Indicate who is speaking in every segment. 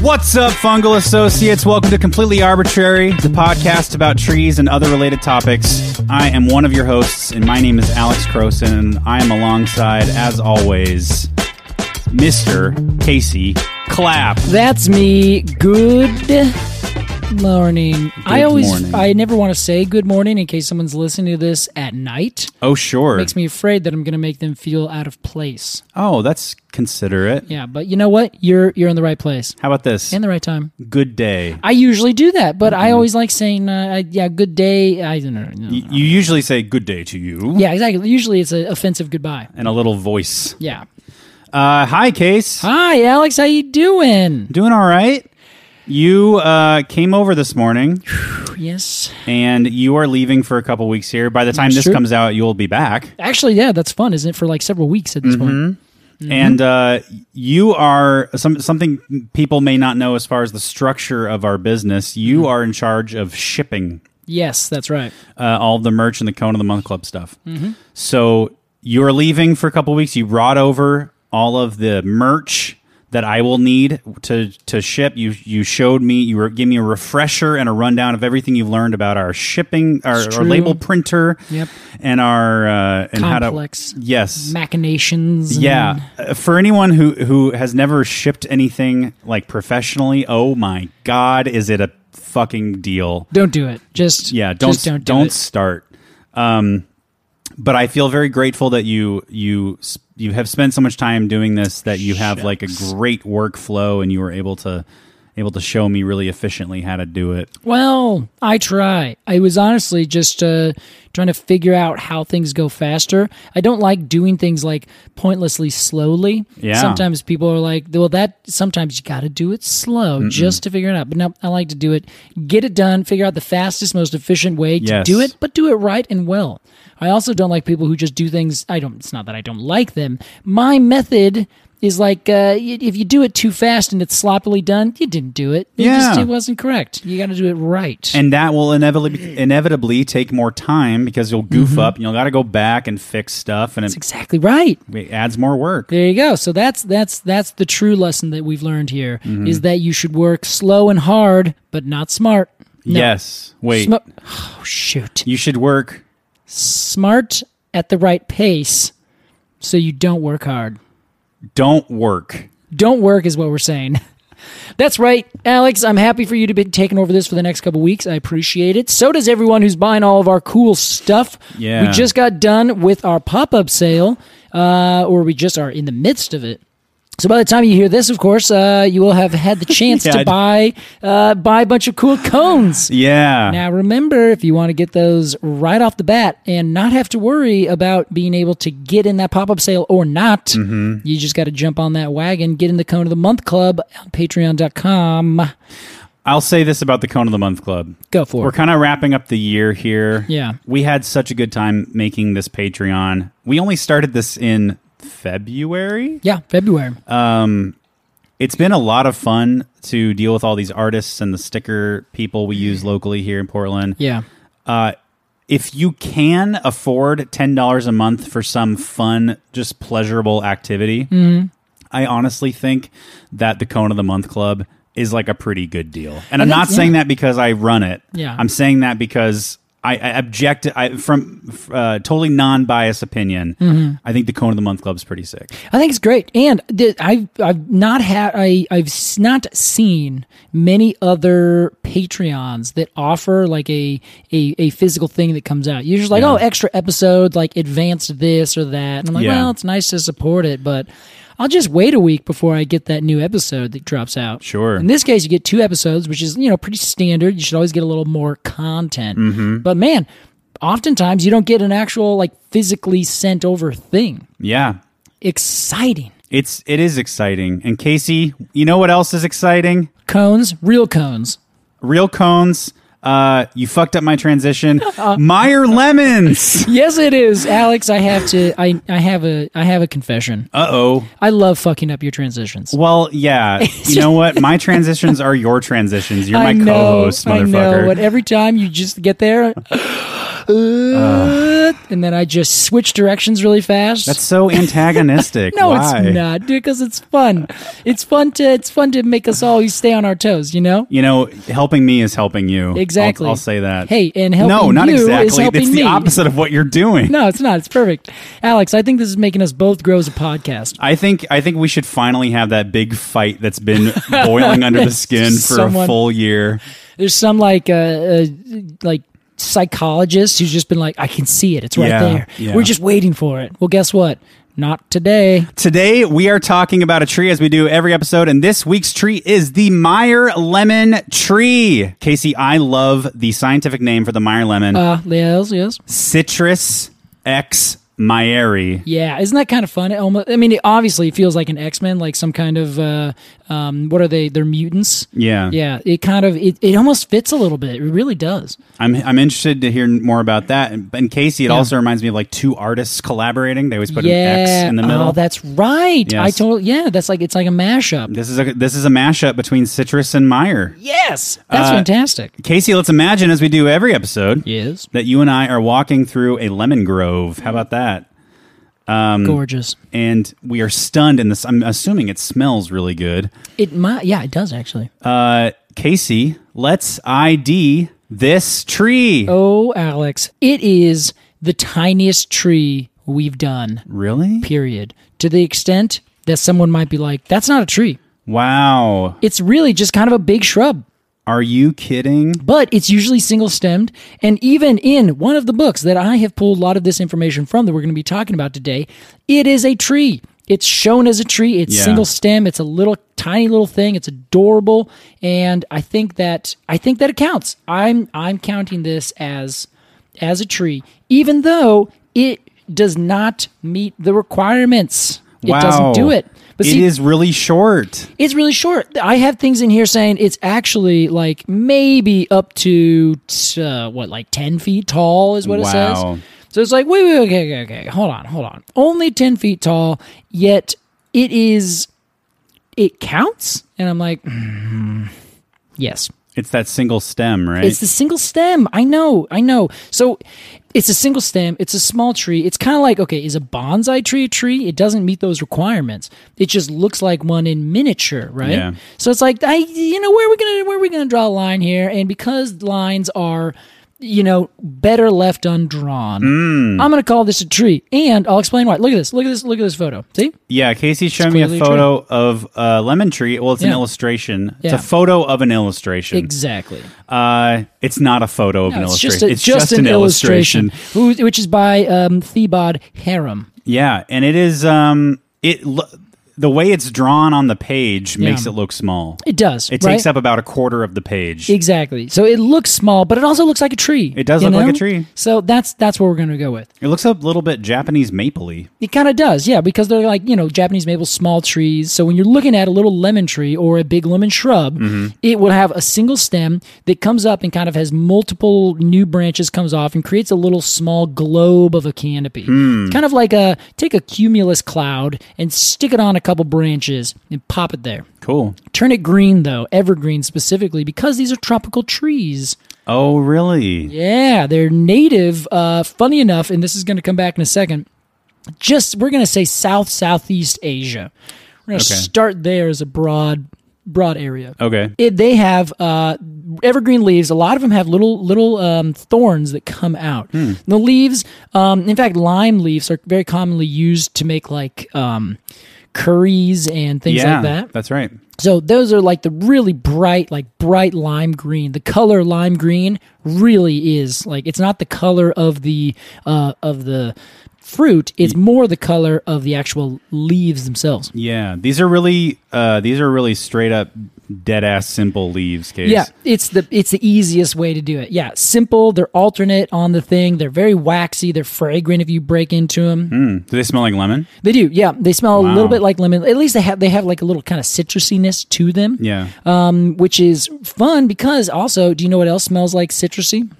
Speaker 1: What's up, Fungal Associates? Welcome to Completely Arbitrary, the podcast about trees and other related topics. I am one of your hosts, and my name is Alex Croson, and I am alongside, as always, Mr. Casey Clapp.
Speaker 2: That's me. Good morning. I always,
Speaker 1: morning.
Speaker 2: I never want to say good morning in case someone's listening to this at night.
Speaker 1: Oh, sure.
Speaker 2: Makes me afraid that I'm going to make them feel out of place.
Speaker 1: oh, that's considerate.
Speaker 2: Yeah, but you know what? You're you're in the right place
Speaker 1: How about this?
Speaker 2: and the right time.
Speaker 1: Good day.
Speaker 2: I usually do that, but
Speaker 1: Mm-hmm.
Speaker 2: I always like saying, uh, I- "Yeah, good day." I don't know.
Speaker 1: Y- you usually say good day to you
Speaker 2: Yeah, exactly. Usually it's an offensive goodbye.
Speaker 1: and a little voice.
Speaker 2: Yeah.
Speaker 1: Uh, hi, Case.
Speaker 2: Hi, Alex. How you doing?
Speaker 1: Doing all right? You uh, came over this morning.
Speaker 2: Yes.
Speaker 1: and you are leaving for a couple weeks here. By the time this
Speaker 2: Sure.
Speaker 1: comes out, you'll be back,
Speaker 2: Actually, yeah, that's fun, isn't it? For like several weeks at this
Speaker 1: Mm-hmm.
Speaker 2: point.
Speaker 1: and uh, you are some something people may not know as far as the structure of our business. You are in charge of shipping
Speaker 2: Yes, that's right.
Speaker 1: uh, all the merch and the Cone of the Month Club stuff.
Speaker 2: Mm-hmm.
Speaker 1: So you're leaving for a couple weeks. You brought over all of the merch that I will need to to ship. You you showed me you were give me a refresher and a rundown of everything you've learned about our shipping, our, our
Speaker 2: true.
Speaker 1: label printer,
Speaker 2: Yep.
Speaker 1: and our uh, and
Speaker 2: Complex.
Speaker 1: how to yes.
Speaker 2: Machinations. and-
Speaker 1: yeah, Uh, for anyone who who has never shipped anything like professionally, oh my god, is it a fucking deal?
Speaker 2: Don't do it. Just
Speaker 1: yeah don't
Speaker 2: just
Speaker 1: don't,
Speaker 2: don't do it.
Speaker 1: start um but i feel very grateful that you you s- you have spent so much time doing this that you have like a great workflow and you were able to able to show me really efficiently how to do it
Speaker 2: Well, I try. I was honestly just uh, trying to figure out how things go faster. I don't like doing things like pointlessly slowly.
Speaker 1: Yeah.
Speaker 2: Sometimes people are like, well, that sometimes you got to do it slow just to figure it out. But no, I like to do it, get it done, figure out the fastest, most efficient way to
Speaker 1: Yes.
Speaker 2: do it, but do it right and well. I also don't like people who just do things. I don't. It's not that I don't like them. My method. Is like uh, y- if you do it too fast and it's sloppily done, you didn't do it. You just-
Speaker 1: Yeah.
Speaker 2: it wasn't correct. You got to do it right.
Speaker 1: and that will inevitably inevitably take more time because you'll goof
Speaker 2: Mm-hmm.
Speaker 1: up and you'll got to go back and fix stuff and
Speaker 2: That's
Speaker 1: it,
Speaker 2: exactly right.
Speaker 1: it adds more work
Speaker 2: There you go. So that's that's that's the true lesson that we've learned here is
Speaker 1: Mm-hmm.
Speaker 2: that you should work slow and hard, but not smart. No.
Speaker 1: yes wait
Speaker 2: Smo- oh shoot.
Speaker 1: you should work
Speaker 2: Smart at the right pace so you don't work hard.
Speaker 1: don't work
Speaker 2: Don't work is what we're saying. That's right, Alex. I'm happy for you to be taking over this for the next couple weeks. I appreciate it. So does everyone who's buying all of our cool stuff.
Speaker 1: Yeah.
Speaker 2: we just got done with our pop up sale, uh, or we just are in the midst of it. So by the time you hear this, of course, uh, you will have had the chance
Speaker 1: Yeah, I
Speaker 2: to
Speaker 1: d-
Speaker 2: buy uh, buy a bunch of cool cones.
Speaker 1: yeah
Speaker 2: Now remember, if you want to get those right off the bat and not have to worry about being able to get in that pop-up sale or not,
Speaker 1: Mm-hmm.
Speaker 2: you just got to jump on that wagon, get in the Cone of the Month Club on Patreon.com.
Speaker 1: I'll say this about the Cone of the Month Club.
Speaker 2: Go for it.
Speaker 1: We're kind of wrapping up the year here.
Speaker 2: Yeah.
Speaker 1: We had such a good time making this Patreon. We only started this in February.
Speaker 2: Yeah, February.
Speaker 1: Uh, It's been a lot of fun to deal with all these artists and the sticker people we use locally here in Portland.
Speaker 2: yeah,
Speaker 1: If you can afford $10 a month for some fun, just pleasurable activity, I honestly think that the Cone of the Month Club is like a pretty good deal. And I'm
Speaker 2: think-
Speaker 1: not saying that because I run it.
Speaker 2: Yeah.
Speaker 1: I'm saying that because I, I object I, from uh, totally non-biased opinion. I think the cone of the month club's pretty sick.
Speaker 2: I think it's great, and the, I've I've not had I I've s- not seen many other Patreons that offer like a a, a physical thing that comes out. Usually, like oh, extra episode, like advanced this or that, and I'm like,
Speaker 1: Yeah.
Speaker 2: well, it's nice to support it, but I'll just wait a week before I get that new episode that drops out.
Speaker 1: Sure.
Speaker 2: In this case, you get two episodes, which is you know pretty standard. You should always get a little more content,
Speaker 1: Mm-hmm.
Speaker 2: but man. Oftentimes, you don't get an actual like physically sent over thing
Speaker 1: Yeah,
Speaker 2: exciting.
Speaker 1: it's it is exciting. And Casey, you know what else is exciting?
Speaker 2: Cones, real cones.
Speaker 1: Real cones. Uh, you fucked up my transition. Meyer lemons.
Speaker 2: Yes, it is, Alex. I have to. I I have a I have a confession.
Speaker 1: Uh oh.
Speaker 2: I love fucking up your transitions.
Speaker 1: Well, yeah. You know what? My transitions are your transitions. You're my
Speaker 2: I know,
Speaker 1: co-host,
Speaker 2: I know.
Speaker 1: motherfucker.
Speaker 2: But every time you just get there, uh, and then I just switch directions really fast.
Speaker 1: That's so antagonistic.
Speaker 2: no,
Speaker 1: Why?
Speaker 2: it's not because it's fun. It's fun to it's fun to make us all stay on our toes. You know.
Speaker 1: You know, helping me is helping you. I'll-
Speaker 2: Exactly.
Speaker 1: I'll, say that.
Speaker 2: Hey, and
Speaker 1: no,
Speaker 2: helping
Speaker 1: not
Speaker 2: you is
Speaker 1: exactly.
Speaker 2: helping
Speaker 1: it's the
Speaker 2: me.
Speaker 1: opposite of what you're doing.
Speaker 2: No, it's not. It's perfect, Alex. I think this is making us both grow as a podcast.
Speaker 1: I think I think we should finally have that big fight that's been boiling under the skin for a
Speaker 2: Someone-
Speaker 1: full year.
Speaker 2: There's some like uh, uh like psychologist who's just been like, I can see it. It's right
Speaker 1: Yeah,
Speaker 2: there.
Speaker 1: yeah.
Speaker 2: We're just waiting for it. Well, guess what? Not today.
Speaker 1: Today we are talking about a tree as we do every episode, and this week's tree is the Meyer lemon tree. Casey, I love the scientific name for the Meyer lemon,
Speaker 2: Uh, yes, yes.
Speaker 1: Citrus X Meyeri.
Speaker 2: Yeah, isn't that kind of fun? It almost, I mean, it obviously feels like an X Men, like some kind of uh, um, what are they? They're mutants.
Speaker 1: Yeah.
Speaker 2: Yeah, it kind of it, it almost fits a little bit. It really does.
Speaker 1: I'm I'm interested to hear more about that. And, and Casey, it also reminds me of like two artists collaborating. They always put an X
Speaker 2: yeah.
Speaker 1: in the middle.
Speaker 2: Oh, that's right. I
Speaker 1: Yes.
Speaker 2: told. Yeah, that's like it's like a mashup.
Speaker 1: this is a this is a mashup between Citrus and Meyer.
Speaker 2: Yes,
Speaker 1: Uh,
Speaker 2: that's fantastic.
Speaker 1: Casey, let's imagine as we do every episode
Speaker 2: Yes,
Speaker 1: that you and I are walking through a lemon grove. How about that? um,
Speaker 2: gorgeous.
Speaker 1: And we are stunned in this. I'm assuming it smells really good.
Speaker 2: It might. Yeah, it does actually.
Speaker 1: Uh, Casey, let's ID this tree.
Speaker 2: Oh, Alex, it is the tiniest tree we've done,
Speaker 1: Really?
Speaker 2: period. To the extent that someone might be like, that's not a tree.
Speaker 1: Wow.
Speaker 2: It's really just kind of a big shrub,
Speaker 1: Are you kidding?
Speaker 2: but it's usually single stemmed. And even in one of the books that I have pulled a lot of this information from that we're going to be talking about today, it is a tree. It's shown as a tree. It's
Speaker 1: Yeah.
Speaker 2: single stem. It's a little tiny little thing. It's adorable, and I think that I think that it counts. I'm I'm counting this as as a tree, even though it does not meet the requirements. It doesn't do it. But
Speaker 1: it
Speaker 2: see,
Speaker 1: is really short.
Speaker 2: it's really short. I have things in here saying it's actually like maybe up to t- uh, what, like ten feet tall is what it
Speaker 1: Wow.
Speaker 2: says. So it's like wait, wait, okay, okay, okay, hold on, hold on. Only ten feet tall, yet it is, it counts. And I'm like, "Hmm, yes,
Speaker 1: It's that single stem, right?
Speaker 2: it's the single stem. I know, I know. So it's a single stem. It's a small tree. It's kind of like okay, is a bonsai tree a tree? It doesn't meet those requirements. It just looks like one in miniature, right?
Speaker 1: Yeah.
Speaker 2: So it's like I, you know, where are we gonna where are we gonna draw a line here? And because lines are you know, better left undrawn.
Speaker 1: Mm.
Speaker 2: I'm going to call this a tree. And I'll explain why. Look at this. Look at this. Look at this photo. See?
Speaker 1: yeah, Casey showed me a
Speaker 2: clearly a tree.
Speaker 1: photo of a lemon tree. Well, it's an
Speaker 2: Yeah.
Speaker 1: illustration. It's
Speaker 2: Yeah.
Speaker 1: a photo of an illustration.
Speaker 2: Exactly.
Speaker 1: uh, it's not a photo of an
Speaker 2: it's
Speaker 1: illustration.
Speaker 2: just, a,
Speaker 1: it's
Speaker 2: just, an, illustration, Who, which is by um, Theobald Harem.
Speaker 1: Yeah, and it is um it lo- the way it's drawn on the page makes it look small.
Speaker 2: It does.
Speaker 1: It
Speaker 2: right?
Speaker 1: takes up about a quarter of the page.
Speaker 2: Exactly. So it looks small, but it also looks like a tree.
Speaker 1: It does
Speaker 2: you
Speaker 1: look like a tree.
Speaker 2: So that's that's what we're going to go with.
Speaker 1: it looks a little bit Japanese mapley.
Speaker 2: It kind of does, yeah, because they're like you know Japanese maple small trees. So when you're looking at a little lemon tree or a big lemon shrub,
Speaker 1: Mm-hmm.
Speaker 2: it will have a single stem that comes up and kind of has multiple new branches comes off and creates a little small globe of a canopy.
Speaker 1: Hmm.
Speaker 2: It's kind of like a take a cumulus cloud and stick it on a couple branches and pop it there.
Speaker 1: Cool.
Speaker 2: Turn it green though, evergreen specifically, because these are tropical trees.
Speaker 1: Oh, really?
Speaker 2: Yeah, they're native. Uh, funny enough, and this is going to come back in a second. Just we're going to say South Southeast Asia. We're going to
Speaker 1: Okay.
Speaker 2: start there as a broad broad area.
Speaker 1: Okay.
Speaker 2: It, they have uh, evergreen leaves. A lot of them have little little um, thorns that come out.
Speaker 1: Hmm.
Speaker 2: The leaves, um, in fact, lime leaves are very commonly used to make like um, curries and things
Speaker 1: yeah,
Speaker 2: like that.
Speaker 1: that's right.
Speaker 2: So those are like the really bright, like bright lime green. The color lime green really is like it's not the color of the uh, of the fruit. It's more the color of the actual leaves themselves.
Speaker 1: Yeah, these are really uh, these are really straight up dead ass simple leaves. Case.
Speaker 2: Yeah, it's the it's the easiest way to do it. Yeah, simple. They're alternate on the thing. They're very waxy. They're fragrant if you break into them.
Speaker 1: Mm. Do they smell like lemon?
Speaker 2: They do. Yeah, they smell a
Speaker 1: Wow.
Speaker 2: little bit like lemon. At least they have they have like a little kind of citrusiness to them.
Speaker 1: Yeah.
Speaker 2: um, which is fun because also, do you know what else smells like citrusy?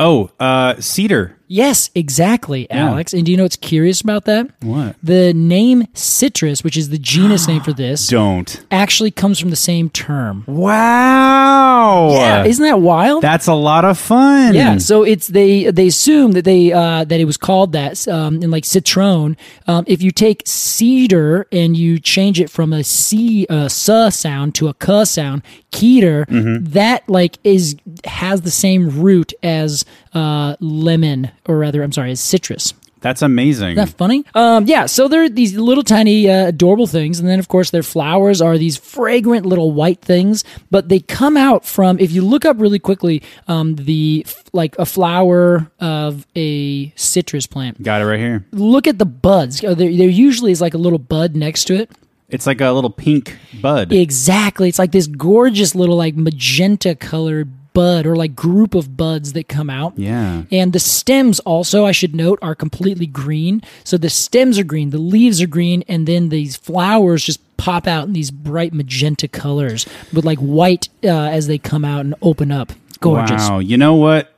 Speaker 1: oh, uh, cedar.
Speaker 2: Yes, exactly,
Speaker 1: Yeah.
Speaker 2: Alex. And do you know what's curious about that?
Speaker 1: What?
Speaker 2: The name citrus, which is the genus name for this,
Speaker 1: Don't.
Speaker 2: actually comes from the same term.
Speaker 1: Wow.
Speaker 2: Yeah, isn't that wild?
Speaker 1: that's a lot of fun.
Speaker 2: yeah, so it's they they assume that they uh, that it was called that um, in like citron. Um, if you take cedar and you change it from a c a s sound to a k sound, keter, that like is has the same root as uh, lemon, or rather, I'm sorry, as citrus.
Speaker 1: That's amazing.
Speaker 2: Isn't that funny? Um, yeah. So they're these little tiny uh, adorable things, and then of course their flowers are these fragrant little white things. But they come out from if you look up really quickly, um, the f- like a flower of a citrus plant.
Speaker 1: Got it right here.
Speaker 2: Look at the buds. Uh, There, there usually is like a little bud next to it.
Speaker 1: It's like a little pink bud.
Speaker 2: Exactly. It's like this gorgeous little like magenta colored bud or like group of buds that come out.
Speaker 1: yeah.
Speaker 2: And the stems also, I should note, are completely green. So the stems are green, the leaves are green, and then these flowers just pop out in these bright magenta colors with like white uh, as they come out and open up. Gorgeous.
Speaker 1: Wow. You know what?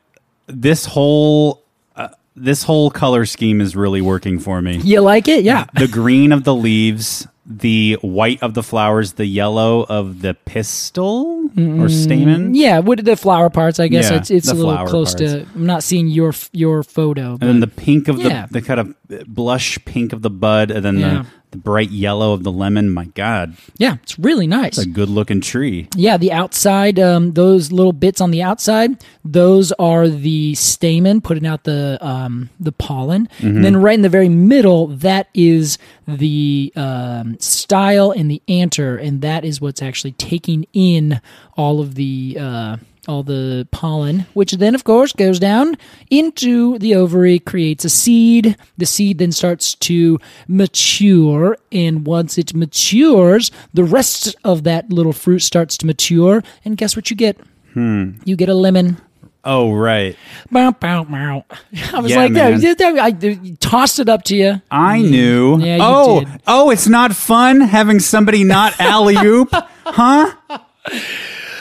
Speaker 1: This whole uh, this whole color scheme is really working for me.
Speaker 2: You like it? Yeah.
Speaker 1: the green of the leaves, the white of the flowers, the yellow of the pistil or stamen.
Speaker 2: Mm-hmm. Yeah, with the flower parts, I guess
Speaker 1: Yeah,
Speaker 2: it's it's
Speaker 1: the
Speaker 2: a little
Speaker 1: flower
Speaker 2: close to. I'm not seeing your f- your photo.
Speaker 1: And
Speaker 2: But
Speaker 1: then the pink of
Speaker 2: Yeah.
Speaker 1: the, the kind of blush pink of the bud, and then
Speaker 2: Yeah.
Speaker 1: the, the bright yellow of the lemon. My God,
Speaker 2: yeah, it's really nice.
Speaker 1: it's a good looking tree.
Speaker 2: Yeah, the outside, um, those little bits on the outside, those are the stamen putting out the um, the pollen. And then right in the very middle, that is the um, style and the anther, and that is what's actually taking in all of the uh, all the pollen, which then of course goes down into the ovary, creates a seed. The seed then starts to mature, and once it matures, the rest of that little fruit starts to mature, and guess what you get?
Speaker 1: Hmm.
Speaker 2: You get a lemon.
Speaker 1: Oh right,
Speaker 2: Bow, bow, bow. I was
Speaker 1: Yeah,
Speaker 2: like,
Speaker 1: man.
Speaker 2: that, that- I I tossed it up to you.
Speaker 1: I knew.
Speaker 2: Mm. Yeah, you
Speaker 1: oh,
Speaker 2: did.
Speaker 1: oh, it's not fun having somebody not alley oop.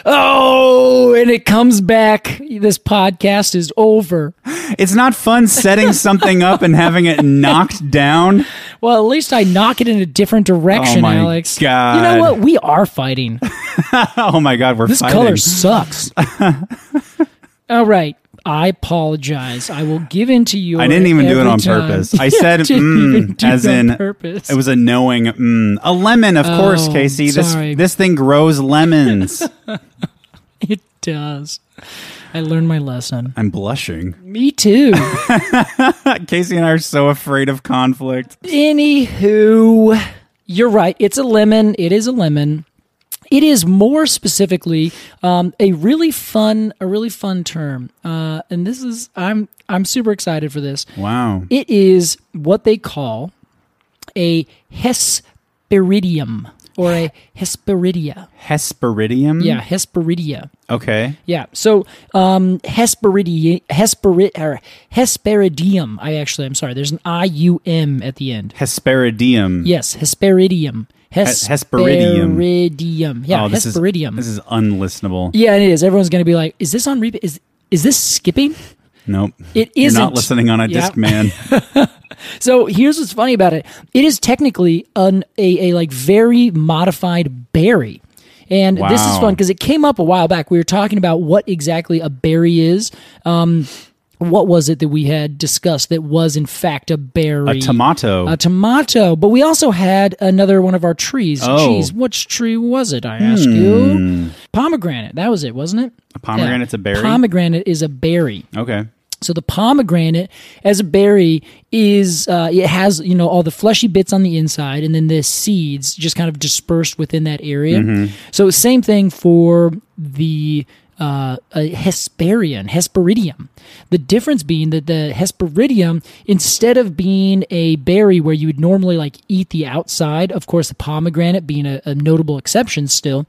Speaker 2: Oh, and it comes back. This podcast is over.
Speaker 1: it's not fun setting something up and having it knocked down.
Speaker 2: Well, at least I knock it in a different direction,
Speaker 1: Oh my
Speaker 2: Alex.
Speaker 1: God.
Speaker 2: You know what? We are fighting.
Speaker 1: Oh my God, we're
Speaker 2: This
Speaker 1: fighting.
Speaker 2: color sucks. All right. I apologize. I will give in to you.
Speaker 1: I didn't even do it on purpose. I said mm, as in
Speaker 2: purpose.
Speaker 1: it was a knowing mm. a lemon, of course,
Speaker 2: Oh,
Speaker 1: Casey. This
Speaker 2: sorry.
Speaker 1: this thing grows lemons.
Speaker 2: It does. I learned my lesson.
Speaker 1: I'm blushing.
Speaker 2: Me too.
Speaker 1: Casey and I are so afraid of conflict.
Speaker 2: Anywho, you're right. It's a lemon. It is a lemon. It is more specifically um, a really fun, a really fun term, uh, and this is I'm I'm super excited for this.
Speaker 1: Wow.
Speaker 2: It is what they call a Hesperidium or a Hesperidia.
Speaker 1: Hesperidium.
Speaker 2: Yeah, Hesperidia.
Speaker 1: Okay.
Speaker 2: Yeah. So um, Hesperidi, Hesperi, or Hesperidium. I actually, I'm sorry. There's an I U M at the end.
Speaker 1: Hesperidium.
Speaker 2: Yes, Hesperidium.
Speaker 1: Hesperidium.
Speaker 2: Hesperidium. Yeah,
Speaker 1: Oh, this is-
Speaker 2: Hesperidium.
Speaker 1: This is unlistenable.
Speaker 2: yeah, it is. Everyone's going to be like, is this on repeat? Is is this skipping?
Speaker 1: Nope.
Speaker 2: It
Speaker 1: You're
Speaker 2: isn't.
Speaker 1: not listening on a
Speaker 2: Yeah.
Speaker 1: disc man.
Speaker 2: So here's what's funny about it. It is technically an a, a like very modified berry. And this is
Speaker 1: Wow.
Speaker 2: fun because it came up a while back. We were talking about what exactly a berry is. Um, what was it that we had discussed that was in fact a berry?
Speaker 1: a tomato.
Speaker 2: A tomato. But we also had another one of our trees.
Speaker 1: Oh. Hmm.
Speaker 2: Jeez, which tree was it? I ask you. Pomegranate. That was it, wasn't it?
Speaker 1: A pomegranate's
Speaker 2: Yeah.
Speaker 1: a berry.
Speaker 2: Pomegranate is a berry.
Speaker 1: okay.
Speaker 2: So the pomegranate, as a berry, is uh, it has you know all the fleshy bits on the inside, and then the seeds just kind of dispersed within that area. So same thing for the uh, uh, Hesperian, Hesperidium. The difference being that the Hesperidium, instead of being a berry where you would normally like eat the outside, of course the pomegranate being a, a notable exception still.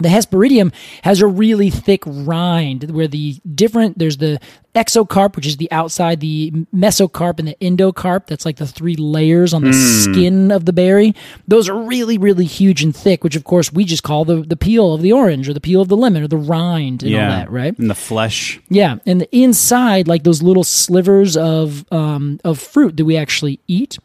Speaker 2: The Hesperidium has a really thick rind where the different there's the exocarp, which is the outside, the mesocarp, and the endocarp. That's like the three layers on the skin of the berry. Those are really, really huge and thick, which of course we just call the, the peel of the orange or the peel of the lemon or the rind and
Speaker 1: yeah.
Speaker 2: all that, right?
Speaker 1: And the flesh.
Speaker 2: Yeah, and the inside, like those little slivers of um, of fruit that we actually eat,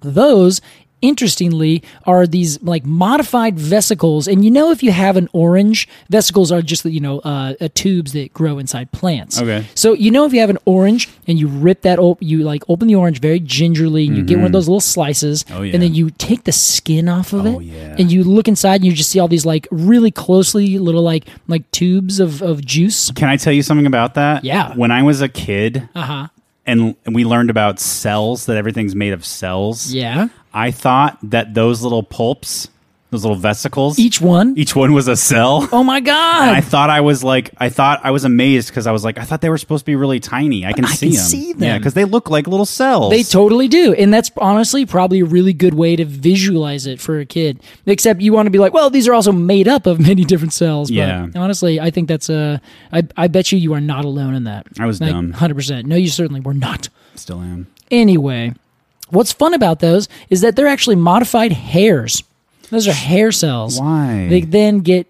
Speaker 2: those interestingly are these like modified vesicles. And you know, if you have an orange, vesicles are just you know uh, uh, tubes that grow inside plants.
Speaker 1: Okay.
Speaker 2: So you know, if you have an orange and you rip that, op- you like open the orange very gingerly, and you get one of those little slices,
Speaker 1: Mm-hmm. Oh, yeah. Oh,
Speaker 2: and then you take the skin off of it,
Speaker 1: yeah.
Speaker 2: and you look inside, and you just see all these like really closely little like like tubes of of juice.
Speaker 1: Can I tell you something about that?
Speaker 2: Yeah.
Speaker 1: When I was a kid,
Speaker 2: Uh huh.
Speaker 1: and we learned about cells that everything's made of cells.
Speaker 2: Yeah.
Speaker 1: I thought that those little pulps, those little vesicles,
Speaker 2: Each one?
Speaker 1: each one was a cell.
Speaker 2: Oh my god.
Speaker 1: And I thought I was like, I thought I was amazed because I was like, I thought they were supposed to be really tiny. I can
Speaker 2: I
Speaker 1: see
Speaker 2: can
Speaker 1: them.
Speaker 2: see
Speaker 1: Yeah,
Speaker 2: them.
Speaker 1: because they look like little cells.
Speaker 2: they totally do. And that's honestly probably a really good way to visualize it for a kid. Except you want to be like, well, these are also made up of many different cells. But
Speaker 1: Yeah.
Speaker 2: honestly, I think that's a. I, I bet you you are not alone in that.
Speaker 1: I was dumb.
Speaker 2: 100%. No, you certainly were not.
Speaker 1: Still am.
Speaker 2: Anyway, what's fun about those is that they're actually modified hairs. Those are hair cells.
Speaker 1: Why?
Speaker 2: They then get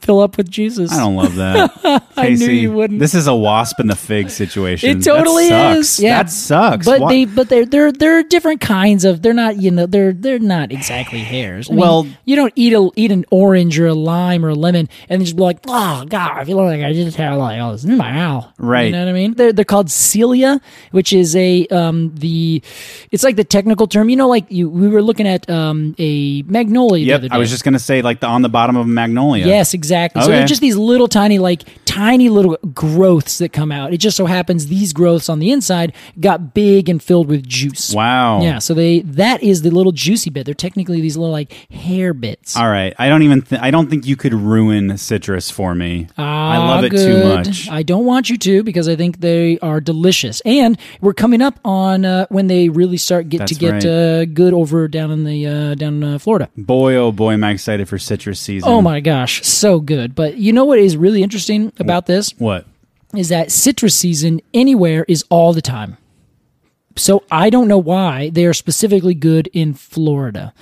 Speaker 2: fill up with juices.
Speaker 1: I don't love that.
Speaker 2: I knew
Speaker 1: Casey,
Speaker 2: you wouldn't.
Speaker 1: This is a wasp and the fig situation.
Speaker 2: It totally
Speaker 1: that sucks.
Speaker 2: is. Yeah,
Speaker 1: That sucks.
Speaker 2: But
Speaker 1: Why-
Speaker 2: they, but they're they're they're different kinds of. They're not you know they're they're not exactly hairs. I mean,
Speaker 1: Well-
Speaker 2: you don't eat a eat an orange or a lime or a lemon and just be like, oh god, I feel like I just had like oh this is my owl.
Speaker 1: Right.
Speaker 2: You know what I mean? They're they're called cilia, which is a um the, it's like the technical term. You know, like you we were looking at um a magnolia. the
Speaker 1: Yep.
Speaker 2: other day.
Speaker 1: I was just gonna say like the on the bottom of a magnolia.
Speaker 2: Yes, exactly. So
Speaker 1: Okay.
Speaker 2: they're just these little tiny, like tiny little growths that come out. It just so happens these growths on the inside got big and filled with juice.
Speaker 1: Wow.
Speaker 2: Yeah, so they that is the little juicy bit. They're technically these little like hair bits.
Speaker 1: All right. I don't even. Th- I don't think you could ruin citrus for me. I
Speaker 2: Ah,
Speaker 1: love it too
Speaker 2: good.
Speaker 1: much.
Speaker 2: I don't want you to because I think they are delicious. And we're coming up on uh, when they really start get to
Speaker 1: That's
Speaker 2: get
Speaker 1: right.
Speaker 2: uh, good over down in the uh, down in uh, Florida.
Speaker 1: boy, oh boy, am I excited for citrus season.
Speaker 2: Oh my gosh, so good. But you know what is really interesting about this?
Speaker 1: What?
Speaker 2: is that citrus season anywhere is all the time. So I don't know why they are specifically good in Florida.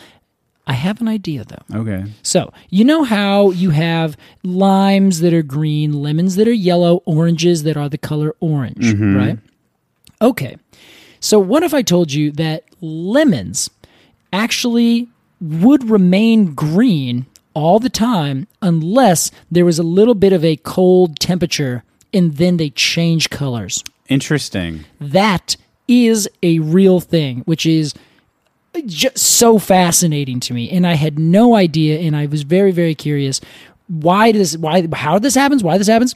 Speaker 2: I have an idea though.
Speaker 1: Okay.
Speaker 2: So, you know how you have limes that are green, lemons that are yellow, oranges that are the color orange, right? Okay. So, what if I told you that lemons actually would remain green all the time unless there was a little bit of a cold temperature and then they change colors?
Speaker 1: Interesting.
Speaker 2: That is a real thing, which is just so fascinating to me. And I had no idea, and I was very, very curious why this, why, how this happens, why this happens.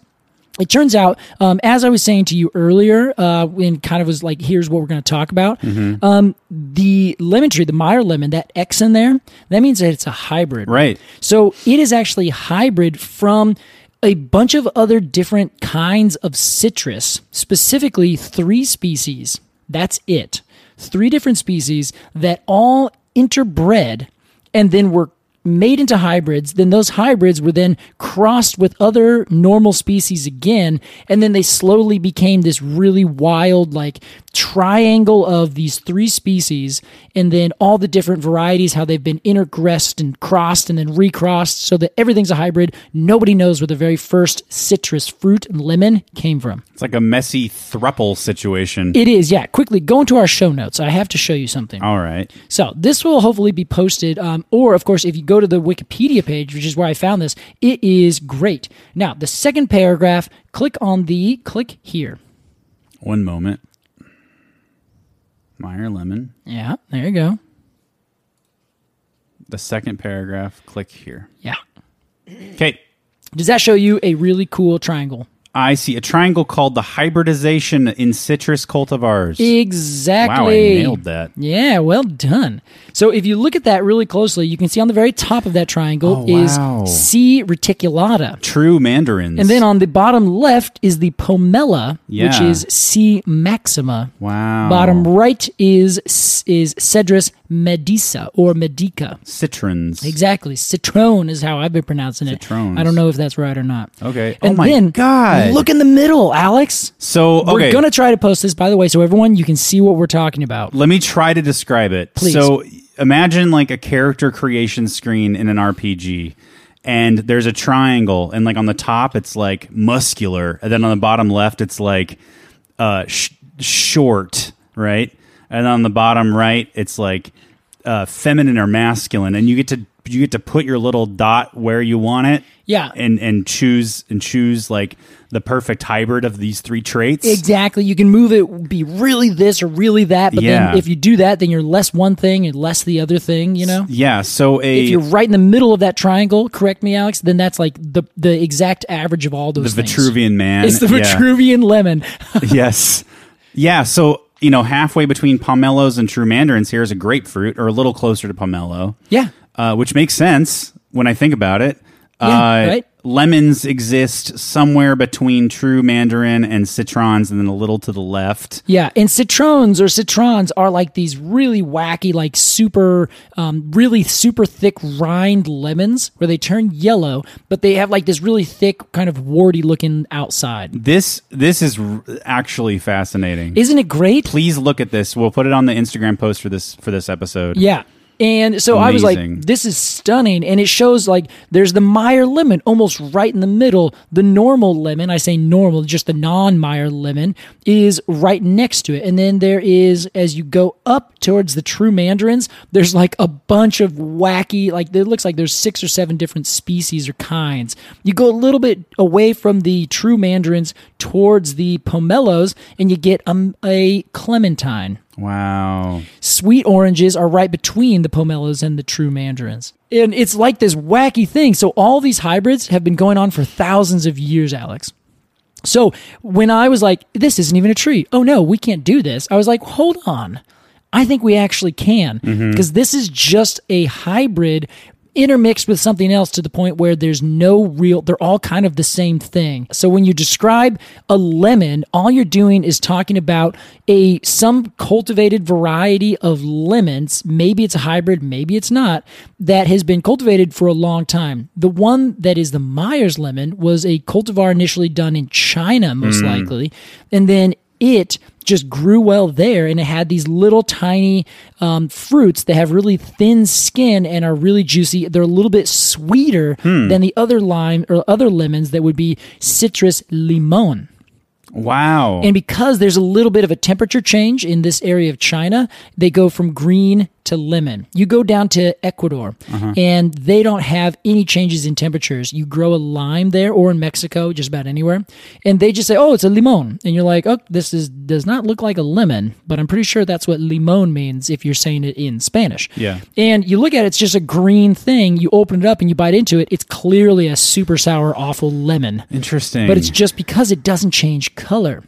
Speaker 2: It turns out, um, as I was saying to you earlier, uh, when kind of was like, here's what we're going to talk about. Um, the lemon tree, the Meyer lemon, that X in there, that means that it's a hybrid.
Speaker 1: Right.
Speaker 2: So it is actually hybrid from a bunch of other different kinds of citrus, specifically three species. That's it. Three different species that all interbred and then were made into hybrids. Then those hybrids were then crossed with other normal species again. And then they slowly became this really wild, like triangle of these three species. And then all the different varieties, how they've been intergressed and crossed and then recrossed so that everything's a hybrid. Nobody knows where the very first citrus fruit and lemon came from.
Speaker 1: It's like a messy thruple situation.
Speaker 2: It is, yeah. Quickly, go into our show notes. I have to show you something.
Speaker 1: All right.
Speaker 2: So this will hopefully be posted, um, or of course, if you go to the Wikipedia page, which is where I found this, it is great. Now, the second paragraph, click on the click here.
Speaker 1: One moment. Meyer lemon.
Speaker 2: Yeah, there you go.
Speaker 1: The second paragraph. Click here.
Speaker 2: Yeah.
Speaker 1: Okay.
Speaker 2: Does that show you a really cool triangle?
Speaker 1: I see a triangle called the hybridization in citrus cultivars. wow, I
Speaker 2: Exactly.
Speaker 1: nailed that.
Speaker 2: Yeah, well done. So if you look at that really closely, you can see on the very top of that triangle
Speaker 1: Oh, wow.
Speaker 2: is C. reticulata.
Speaker 1: True mandarins.
Speaker 2: And then on the bottom left is the pomela, which
Speaker 1: Yeah.
Speaker 2: is C. maxima.
Speaker 1: wow,
Speaker 2: Bottom right is is Cedrus medica or medica.
Speaker 1: citrons.
Speaker 2: Exactly. Citrone is how I've been pronouncing it.
Speaker 1: Citrones.
Speaker 2: I don't know if that's right or not.
Speaker 1: Okay.
Speaker 2: And
Speaker 1: oh my
Speaker 2: then
Speaker 1: god.
Speaker 2: look in the middle, Alex.
Speaker 1: So okay,
Speaker 2: We're gonna try to post this, by the way, so everyone you can see what we're talking about.
Speaker 1: let me try to describe it.
Speaker 2: Please.
Speaker 1: So imagine like a character creation screen in an RPG. And there's a triangle, and like on the top, it's like muscular, and then on the bottom left, it's like uh, sh- short, right? And on the bottom right, it's like uh, feminine or masculine, and you get to you get to put your little dot where you want it,
Speaker 2: Yeah.
Speaker 1: and and choose and choose like the perfect hybrid of these three traits.
Speaker 2: Exactly. You can move it be really this or really that, but
Speaker 1: Yeah.
Speaker 2: then if you do that, then you're less one thing and less the other thing, you know?
Speaker 1: Yeah. So a
Speaker 2: If you're right in the middle of that triangle, correct me, Alex, then that's like the the exact average of all
Speaker 1: the
Speaker 2: those things.
Speaker 1: Vitruvian man.
Speaker 2: It's the
Speaker 1: yeah.
Speaker 2: Vitruvian lemon.
Speaker 1: yes. Yeah. So, you know, halfway between pomelos and true mandarins, here's a grapefruit or a little closer to pomelo.
Speaker 2: yeah.
Speaker 1: Uh, which makes sense when I think about it.
Speaker 2: Yeah,
Speaker 1: uh,
Speaker 2: right.
Speaker 1: Lemons exist somewhere between true mandarin and citrons, and then a little to the left.
Speaker 2: Yeah, and citrons or citrons are like these really wacky, like super, um, really super thick rind lemons where they turn yellow, but they have like this really thick, kind of warty looking outside.
Speaker 1: This this is r- actually fascinating.
Speaker 2: Isn't it great?
Speaker 1: Please look at this. We'll put it on the Instagram post for this for this episode.
Speaker 2: Yeah. And so I was
Speaker 1: Amazing.
Speaker 2: like, this is stunning. And it shows like there's the Meyer lemon almost right in the middle. The normal lemon, I say normal, just the non Meyer lemon, is right next to it. And then there is, as you go up towards the true mandarins, there's like a bunch of wacky, like it looks like there's six or seven different species or kinds. You go a little bit away from the true mandarins towards the pomelos, and you get um, a clementine.
Speaker 1: Wow.
Speaker 2: Sweet oranges are right between the pomelos and the true mandarins. And it's like this wacky thing. So all these hybrids have been going on for thousands of years, Alex. So when I was like, this isn't even a tree. Oh no, we can't do this. I was like, hold on. I think we actually can because this is just a hybrid intermixed with something else to the point where there's no real they're all kind of the same thing. So when you describe a lemon, all you're doing is talking about a some cultivated variety of lemons, maybe it's a hybrid, maybe it's not, that has been cultivated for a long time. The one that is the Myers lemon was a cultivar initially done in China most likely, and then it just grew well there and it had these little tiny um, fruits that have really thin skin and are really juicy they're a little bit sweeter than the other lime or other lemons that would be citrus limon
Speaker 1: Wow.
Speaker 2: and because there's a little bit of a temperature change in this area of China, they go from green to lemon. You go down to Ecuador and they don't have any changes in temperatures. You grow a lime there or in Mexico, just about anywhere. And they just say, oh, it's a limon. And you're like, oh, this is does not look like a lemon, but I'm pretty sure that's what limon means if you're saying it in Spanish.
Speaker 1: Yeah.
Speaker 2: And you look at it, it's just a green thing. You open it up and you bite into it. It's clearly a super sour, awful lemon
Speaker 1: Interesting.
Speaker 2: but it's just because it doesn't change color.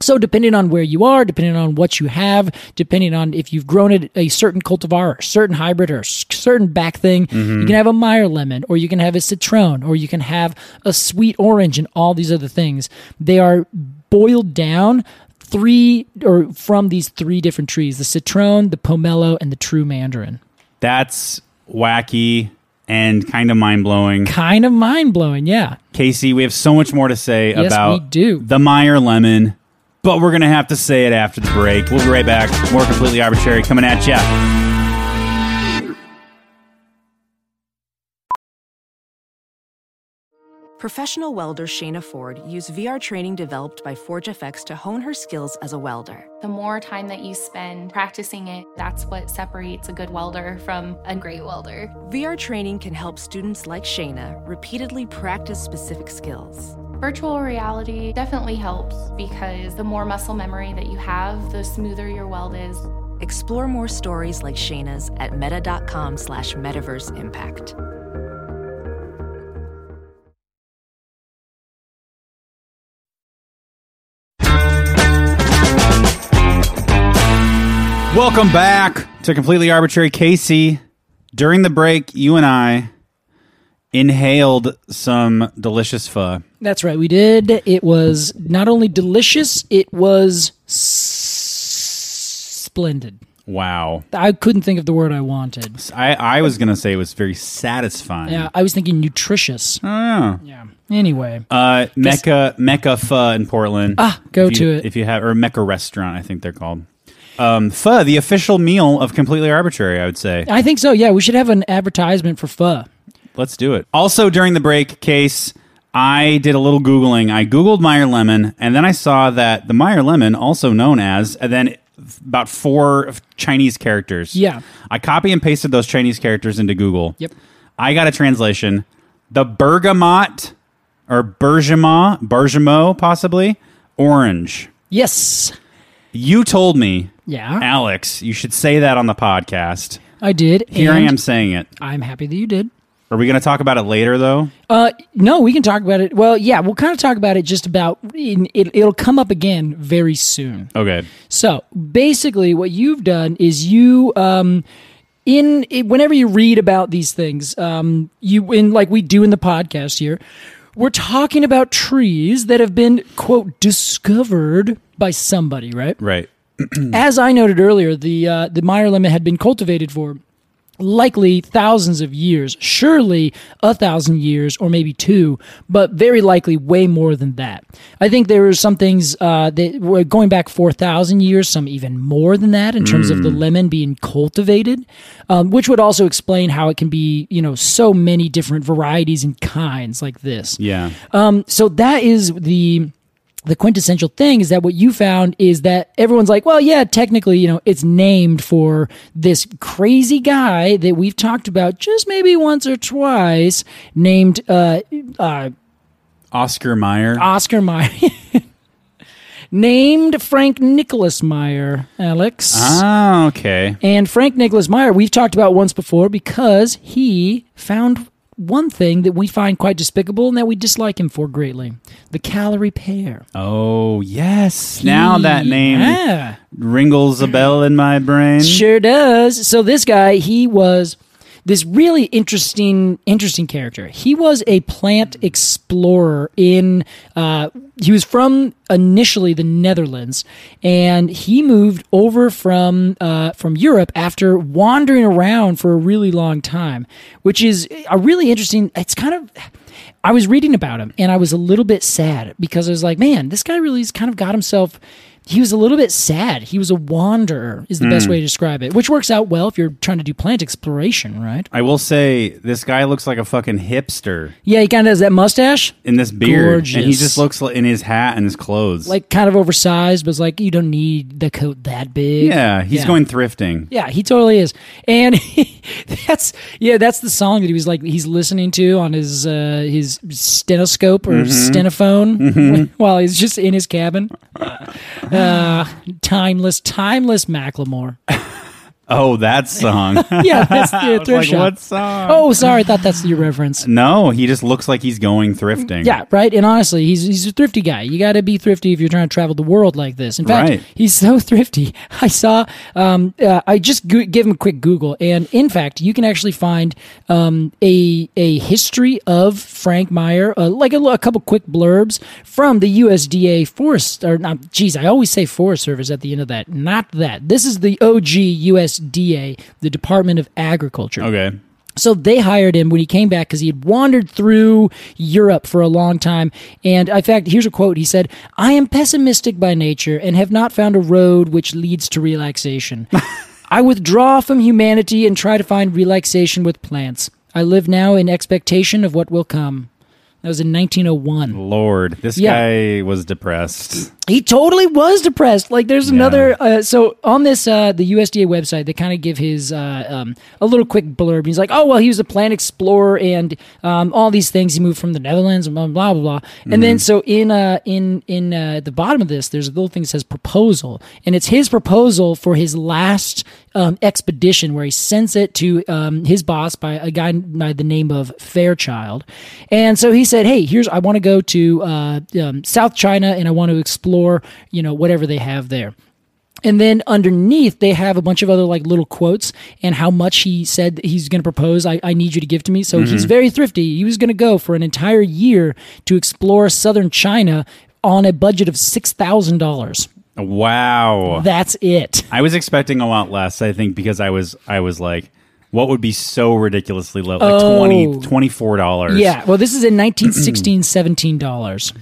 Speaker 2: So, depending on where you are, depending on what you have, depending on if you've grown it a certain cultivar or a certain hybrid or a s- certain back thing, you can have a Meyer lemon or you can have a citron or you can have a sweet orange and all these other things. They are boiled down three or from these three different trees the citron, the pomelo, and the true mandarin.
Speaker 1: that's wacky and kind of mind blowing.
Speaker 2: Kind of mind blowing, yeah.
Speaker 1: Casey, we have so much more to say
Speaker 2: we
Speaker 1: about
Speaker 2: do.
Speaker 1: the Meyer lemon, but we're going to have to say it after the break. We'll be right back. More completely arbitrary coming at you.
Speaker 3: Professional welder Shayna Ford used VR training developed by ForgeFX to hone her skills as a welder.
Speaker 4: The more time that you spend practicing it, that's what separates a good welder from a great welder.
Speaker 3: VR training can help students like Shayna repeatedly practice specific skills.
Speaker 4: Virtual reality definitely helps because the more muscle memory that you have, the smoother your weld is.
Speaker 3: Explore more stories like Shayna's at meta.com slash metaverse impact.
Speaker 1: Welcome back to Completely Arbitrary. Casey, during the break, you and I inhaled some delicious pho.
Speaker 2: That's right, we did. It was not only delicious, it was s- splendid.
Speaker 1: Wow.
Speaker 2: I couldn't think of the word I wanted.
Speaker 1: I, I was going to say it was very satisfying.
Speaker 2: Yeah, I was thinking nutritious.
Speaker 1: Oh.
Speaker 2: Yeah. Anyway,
Speaker 1: Uh, Mecca Mecca Pho in Portland. Ah,
Speaker 2: go
Speaker 1: if you,
Speaker 2: to it.
Speaker 1: if you have or Mecca Restaurant, I think they're called. Um, pho, the official meal of completely arbitrary, I would say.
Speaker 2: I think so. Yeah, we should have an advertisement for pho.
Speaker 1: Let's do it. Also, during the break, case I did a little googling. I googled Meyer lemon, and then I saw that the Meyer lemon, also known as, and then about four of Chinese characters.
Speaker 2: Yeah.
Speaker 1: I copy and pasted those Chinese characters into Google.
Speaker 2: Yep.
Speaker 1: I got a translation. The bergamot or bergamot, bergamot possibly, orange.
Speaker 2: Yes,
Speaker 1: You told me,
Speaker 2: Yeah.
Speaker 1: Alex, you should say that on the podcast.
Speaker 2: I did.
Speaker 1: Here I
Speaker 2: and
Speaker 1: am saying it.
Speaker 2: I'm happy that you did.
Speaker 1: Are we going to talk about it later, though?
Speaker 2: Uh, no, we can talk about it. Well, yeah, we'll kind of talk about it just about in, it, it'll come up again very soon.
Speaker 1: Okay.
Speaker 2: So basically, what you've done is you, um, in it, whenever you read about these things, um, you in like we do in the podcast here, we're talking about trees that have been quote discovered by somebody, right?
Speaker 1: Right.
Speaker 2: As I noted earlier, the uh, the Meyer lemon had been cultivated for likely thousands of years, surely a thousand years or maybe two, but very likely way more than that. I think there are some things uh, that were going back 4,000 years, some even more than that in terms of the lemon being cultivated, um, which would also explain how it can be, you know, so many different varieties and kinds like this.
Speaker 1: Yeah.
Speaker 2: Um, so that is the the quintessential thing is that what you found is that everyone's like, well, yeah, technically, you know, it's named for this crazy guy that we've talked about just maybe once or twice, named uh, uh,
Speaker 1: Oscar Meyer.
Speaker 2: Oscar Meyer, named Frank Nicholas Meyer, Alex.
Speaker 1: Ah, okay.
Speaker 2: And Frank Nicholas Meyer, we've talked about once before because he found one thing that we find quite despicable and that we dislike him for greatly the calorie pear.
Speaker 1: Oh, yes. now that name
Speaker 2: Mm, Yeah.
Speaker 1: rings a bell in my brain.
Speaker 2: Sure does. So this guy, he was this really interesting, interesting character. He was a plant explorer in. Uh, he was from initially the Netherlands, and he moved over from uh, from Europe after wandering around for a really long time, which is a really interesting. It's kind of. I was reading about him, and I was a little bit sad because I was like, man, this guy really has kind of got himself he was a little bit sad. He was a wanderer, is the best
Speaker 1: Hmm.
Speaker 2: way to describe it, which works out well if you're trying to do plant exploration, right?
Speaker 1: I will say this guy looks like a fucking hipster
Speaker 2: Yeah, he kind of has that mustache,
Speaker 1: in this beard, and he
Speaker 2: Gorgeous.
Speaker 1: just looks like, in his hat and his clothes.
Speaker 2: like kind of oversized, but it's like you don't need the coat that big.
Speaker 1: yeah, he's
Speaker 2: Yeah.
Speaker 1: going thrifting.
Speaker 2: Yeah, he totally is. And that's yeah, that's the song that he was like he's listening to on his uh his stethoscope or
Speaker 1: Mm-hmm.
Speaker 2: stenophone while he's just in his cabin. Uh timeless, timeless Macklemore.
Speaker 1: Oh, that song.
Speaker 2: Yeah, that's the thrift
Speaker 1: like,
Speaker 2: shop.
Speaker 1: what song?
Speaker 2: Oh, sorry, I thought that's your reference.
Speaker 1: No, he just looks like he's going thrifting.
Speaker 2: Yeah, right. And honestly, he's he's a thrifty guy. You got to be thrifty if you're trying to travel the world like this. In fact,
Speaker 1: Right.
Speaker 2: he's so thrifty. I saw. Um, uh, I just go- give him a quick Google, and in fact, you can actually find um, a a history of Frank Meyer, uh, like a, l- a couple quick blurbs from the USDA Forest. Or not, geez, I always say Forest Service at the end of that. Not that. This is the OG USDA, the Department of Agriculture.
Speaker 1: Okay.
Speaker 2: So they hired him when he came back because he had wandered through Europe for a long time. And in fact, here's a quote he said, I am pessimistic by nature and have not found a road which leads to relaxation. I withdraw from humanity and try to find relaxation with plants. I live now in expectation of what will come. That was in 1901
Speaker 1: Lord, this
Speaker 2: Yeah.
Speaker 1: guy was depressed.
Speaker 2: he totally was depressed. Like there's another. Uh, so on this uh, the USDA website, they kind of give his uh, um, a little quick blurb. He's like, oh well, he was a plant explorer and um, all these things. He moved from the Netherlands and blah blah blah. blah. And then so in uh, in in uh, the bottom of this, there's a little thing that says proposal, and it's his proposal for his last um, expedition where he sends it to um, his boss by a guy by the name of Fairchild. And so he said, "Hey, here's I want to go to uh, um, South China and I want to explore, you know, whatever they have there." And then underneath, they have a bunch of other like little quotes and how much he said that he's going to propose. I, I need you to give to me. So he's very thrifty. He was going to go for an entire year to explore southern China on a budget of six thousand dollars.
Speaker 1: Wow.
Speaker 2: That's it.
Speaker 1: I was expecting a lot less, I think, because I was I was like, what would be so ridiculously low? Like
Speaker 2: Oh.
Speaker 1: twenty twenty four dollars.
Speaker 2: Yeah. Well, this is in 1916, 17 dollars.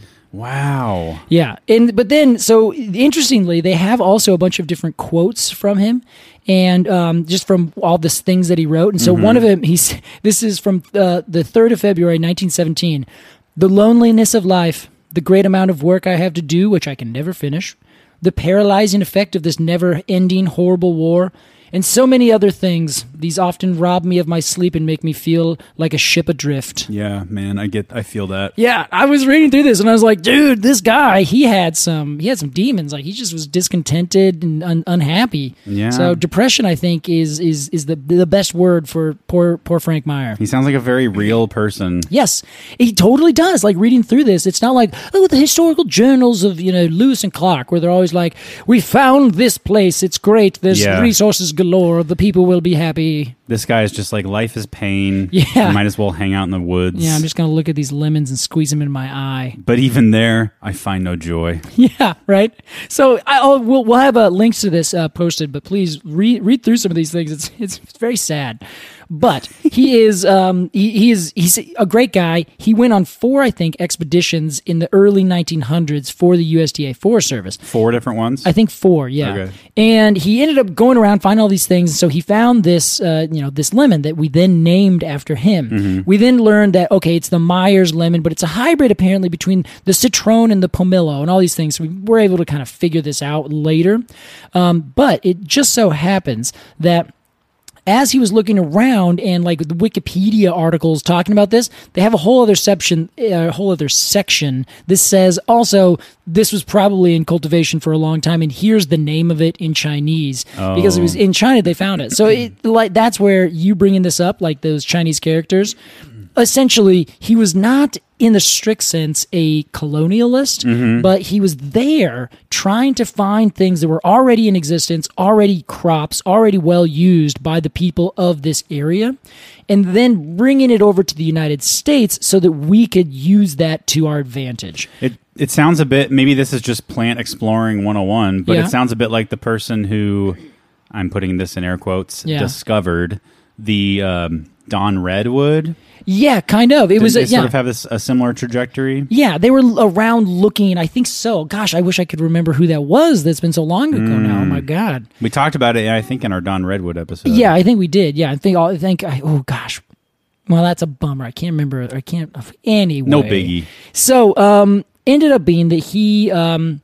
Speaker 1: Wow.
Speaker 2: Yeah, and but then so interestingly, they have also a bunch of different quotes from him, and um, just from all this things that he wrote. And so one of them, he's this is from uh, the third of February, nineteen seventeen. The loneliness of life, the great amount of work I have to do, which I can never finish, the paralyzing effect of this never-ending horrible war. And so many other things. These often rob me of my sleep and make me feel like a ship adrift.
Speaker 1: Yeah, man, I get I feel that.
Speaker 2: Yeah, I was reading through this and I was like, dude, this guy, he had some, he had some demons. Like he just was discontented and un- unhappy.
Speaker 1: Yeah.
Speaker 2: So depression, I think, is is is the the best word for poor poor Frank Meyer.
Speaker 1: He sounds like a very real person.
Speaker 2: Yes, he totally does. Like reading through this, it's not like oh the historical journals of you know Lewis and Clark, where they're always like, we found this place, it's great, there's
Speaker 1: Yeah.
Speaker 2: resources galore, the people will be happy.
Speaker 1: This guy is just like life is pain.
Speaker 2: Yeah.
Speaker 1: Might as well hang out in the woods.
Speaker 2: Yeah, I'm just gonna look at these lemons and squeeze them in my eye.
Speaker 1: but even there, I find no joy.
Speaker 2: Yeah, right. So I, I'll, we'll, we'll have uh, links to this uh, posted, but please read read through some of these things. It's it's, it's very sad, but he is um he, he is he's a great guy. He went on four I think expeditions in the early 1900s for the USDA Forest Service.
Speaker 1: Four different ones.
Speaker 2: I think four, yeah.
Speaker 1: Okay.
Speaker 2: And he ended up going around finding all these things. So he found this, uh, you know, this lemon that we then named after him. We then learned that okay, it's the Myers lemon, but it's a hybrid apparently between the citron and the pomelo and all these things. So we were able to kind of figure this out later. Um, but it just so happens that as he was looking around and like the Wikipedia articles talking about this, they have a whole other section, uh, a whole other section. This says also this was probably in cultivation for a long time, and here's the name of it in Chinese because it was in China they found it. So it like that's where you bringing this up, like those Chinese characters. Essentially, he was not in the strict sense a colonialist,
Speaker 1: Mm-hmm.
Speaker 2: but he was there trying to find things that were already in existence, already crops, already well used by the people of this area, and then bringing it over to the United States so that we could use that to our advantage.
Speaker 1: It it sounds a bit maybe this is just plant exploring 101, but
Speaker 2: Yeah.
Speaker 1: it sounds a bit like the person who I'm putting this in air quotes
Speaker 2: Yeah.
Speaker 1: discovered the um, Don Redwood.
Speaker 2: Yeah, kind of. It
Speaker 1: Didn't
Speaker 2: was
Speaker 1: they
Speaker 2: a, yeah.
Speaker 1: sort of have this a similar trajectory?
Speaker 2: Yeah, they were around looking. I think so. Gosh, I wish I could remember who that was. That's been so long ago now. Oh
Speaker 1: Mm.
Speaker 2: my god.
Speaker 1: We talked about it, I think, in our Don Redwood episode.
Speaker 2: Yeah, I think we did. Yeah, I think I think I, oh gosh. Well, that's a bummer. I can't remember. I can't anyway.
Speaker 1: No biggie.
Speaker 2: So, um ended up being that he um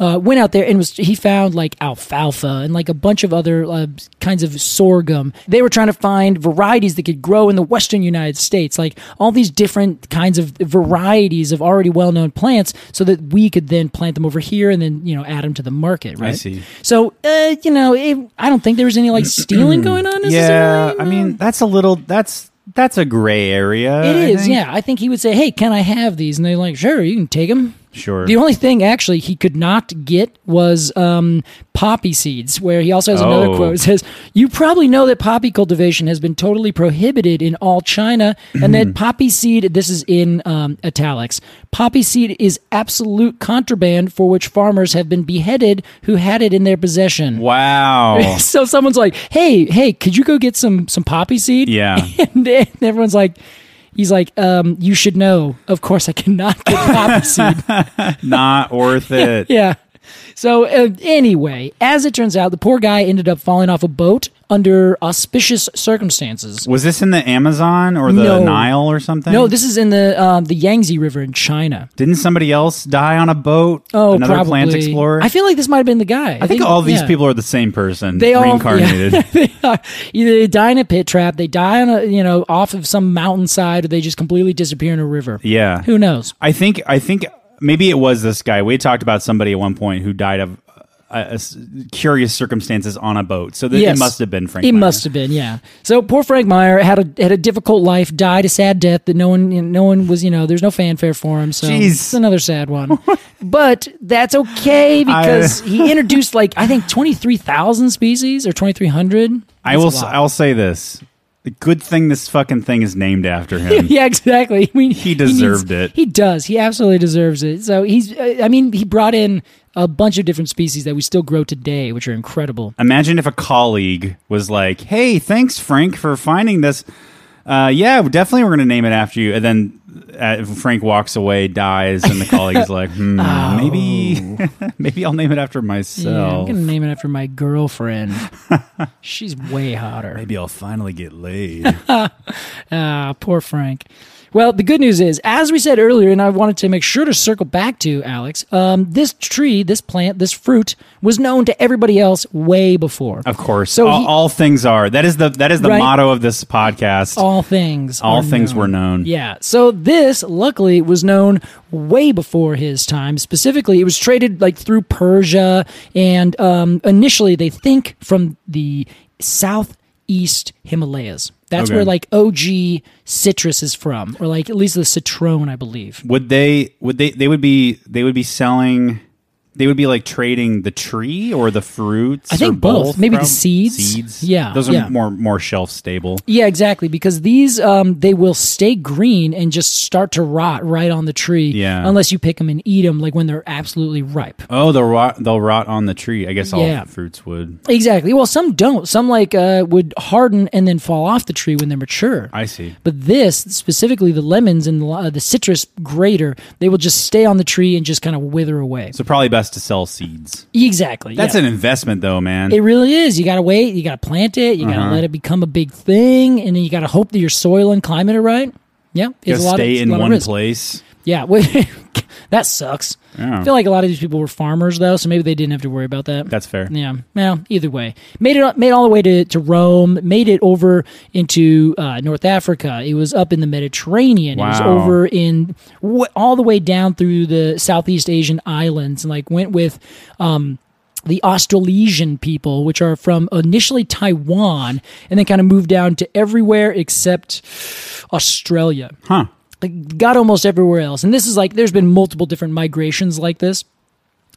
Speaker 2: uh, went out there and was he found like alfalfa and like a bunch of other uh, kinds of sorghum. They were trying to find varieties that could grow in the western United States, like all these different kinds of varieties of already well-known plants, so that we could then plant them over here and then you know add them to the market. Right.
Speaker 1: see.
Speaker 2: So uh, you know, it, I don't think there was any like stealing going on.
Speaker 1: Yeah.
Speaker 2: Necessarily.
Speaker 1: I mean, that's a little that's that's a gray area.
Speaker 2: um, It
Speaker 1: uh, I
Speaker 2: is,
Speaker 1: think.
Speaker 2: yeah. I think he would say, "Hey, can I have these?" And they're like, "Sure, you can take them."
Speaker 1: Sure.
Speaker 2: The only thing actually he could not get was um, poppy seeds, where he also has another
Speaker 1: Oh.
Speaker 2: quote. It says, You probably know that poppy cultivation has been totally prohibited in all China, and
Speaker 1: Hmm.
Speaker 2: that poppy seed, this is in um, italics, poppy seed is absolute contraband for which farmers have been beheaded who had it in their possession.
Speaker 1: Wow.
Speaker 2: So someone's like, "Hey, hey, could you go get some some poppy seed?"
Speaker 1: Yeah.
Speaker 2: and, then everyone's like, "He's like, um, you should know. Of course, I cannot get poppy seed."
Speaker 1: Not worth it.
Speaker 2: Yeah. So uh, anyway, as it turns out, the poor guy ended up falling off a boat under auspicious circumstances.
Speaker 1: Was this in the Amazon or the
Speaker 2: No.
Speaker 1: Nile or something?
Speaker 2: No, this is in the um, the Yangtze River in China.
Speaker 1: Didn't somebody else die on a boat?
Speaker 2: Oh,
Speaker 1: Another
Speaker 2: probably.
Speaker 1: plant explorer?
Speaker 2: I feel like this might have been the guy.
Speaker 1: I think all these
Speaker 2: yeah.
Speaker 1: people are the same person.
Speaker 2: They all
Speaker 1: reincarnated.
Speaker 2: yeah, they are. Either they die in a pit trap, they die on a you know off of some mountainside, or they just completely disappear in a river.
Speaker 1: Yeah.
Speaker 2: Who knows?
Speaker 1: I think I think maybe it was this guy. We talked about somebody at one point who died of uh, uh, s- curious circumstances on a boat. So th-
Speaker 2: Yes.
Speaker 1: it must have been Frank.
Speaker 2: It
Speaker 1: Meyer.
Speaker 2: must have been, yeah. So poor Frank Meyer had a had a difficult life, died a sad death that no one no one was, you know, there's no fanfare for him. So
Speaker 1: Jeez.
Speaker 2: it's another sad one. But that's okay because he introduced like I think twenty three thousand species or twenty three hundred.
Speaker 1: I will. s- I'll say this. The Good thing this fucking thing is named after him.
Speaker 2: yeah, exactly. I mean,
Speaker 1: He deserved it.
Speaker 2: He does. He absolutely deserves it. So he's. uh, I mean, he brought in a bunch of different species that we still grow today, which are incredible.
Speaker 1: Imagine if a colleague was like, "Hey, thanks, Frank, for finding this. Uh, yeah, definitely, we're going to name it after you." And then uh, Frank walks away, dies, and the colleague is like, hmm, "Maybe, maybe I'll name it after
Speaker 2: Oh. Yeah, I'm
Speaker 1: myself.
Speaker 2: gonna name it after my girlfriend. She's way hotter.
Speaker 1: maybe I'll finally get laid."
Speaker 2: Ah, poor Frank. Well, the good news is, as we said earlier, and I wanted to make sure to circle back to Alex. Um, this tree, this plant, this fruit was known to everybody else way before.
Speaker 1: of course,
Speaker 2: So
Speaker 1: all,
Speaker 2: he-
Speaker 1: all things are. That is the that is the
Speaker 2: Right.
Speaker 1: motto of this podcast.
Speaker 2: all things
Speaker 1: All
Speaker 2: are
Speaker 1: things were known.
Speaker 2: yeah so this luckily was known way before his time specifically it was traded like through persia and um, initially they think from the southeast himalayas that's
Speaker 1: Okay.
Speaker 2: where like og citrus is from or like at least the citron i believe
Speaker 1: would they? Would they? They would be. They would be selling. They would be like trading the tree or the fruits.
Speaker 2: I
Speaker 1: or
Speaker 2: think both. Maybe the
Speaker 1: prob-
Speaker 2: seeds.
Speaker 1: Seeds.
Speaker 2: Yeah,
Speaker 1: those are
Speaker 2: yeah.
Speaker 1: more more shelf stable.
Speaker 2: yeah exactly because these um, they will stay green and just start to rot right on the tree
Speaker 1: Yeah.
Speaker 2: unless you pick them and eat them like when they're absolutely ripe
Speaker 1: Oh, they'll rot. They'll rot on the tree. I guess all
Speaker 2: Yeah.
Speaker 1: fruits would.
Speaker 2: Exactly. Well, some don't. Some like uh, would harden and then fall off the tree when they're mature.
Speaker 1: I see.
Speaker 2: But this, specifically the lemons and the, uh, the citrus grater, they will just stay on the tree and just kind of wither away.
Speaker 1: So probably best to sell seeds.
Speaker 2: exactly.
Speaker 1: That's
Speaker 2: yeah.
Speaker 1: an investment, though, man.
Speaker 2: It really is. You got to wait. You got to plant it. You got
Speaker 1: Uh-huh.
Speaker 2: to let it become a big thing, and then you got to hope that your soil and climate are right. Yeah,
Speaker 1: Just stay
Speaker 2: it's
Speaker 1: in
Speaker 2: lot
Speaker 1: one
Speaker 2: risk.
Speaker 1: place.
Speaker 2: Yeah, that sucks. I feel like a lot of these people were farmers though, so maybe they didn't have to worry about that.
Speaker 1: That's fair.
Speaker 2: Yeah. Well, either way, made it made all the way to, to Rome. Made it over into uh, North Africa. It was up in the Mediterranean. It was
Speaker 1: Wow.
Speaker 2: over in w- all the way down through the Southeast Asian islands, and like went with. Um, the Australasian people, which are from initially Taiwan, and then kind of moved down to everywhere except Australia.
Speaker 1: Huh.
Speaker 2: Like, got almost everywhere else. And this is like, there's been multiple different migrations like this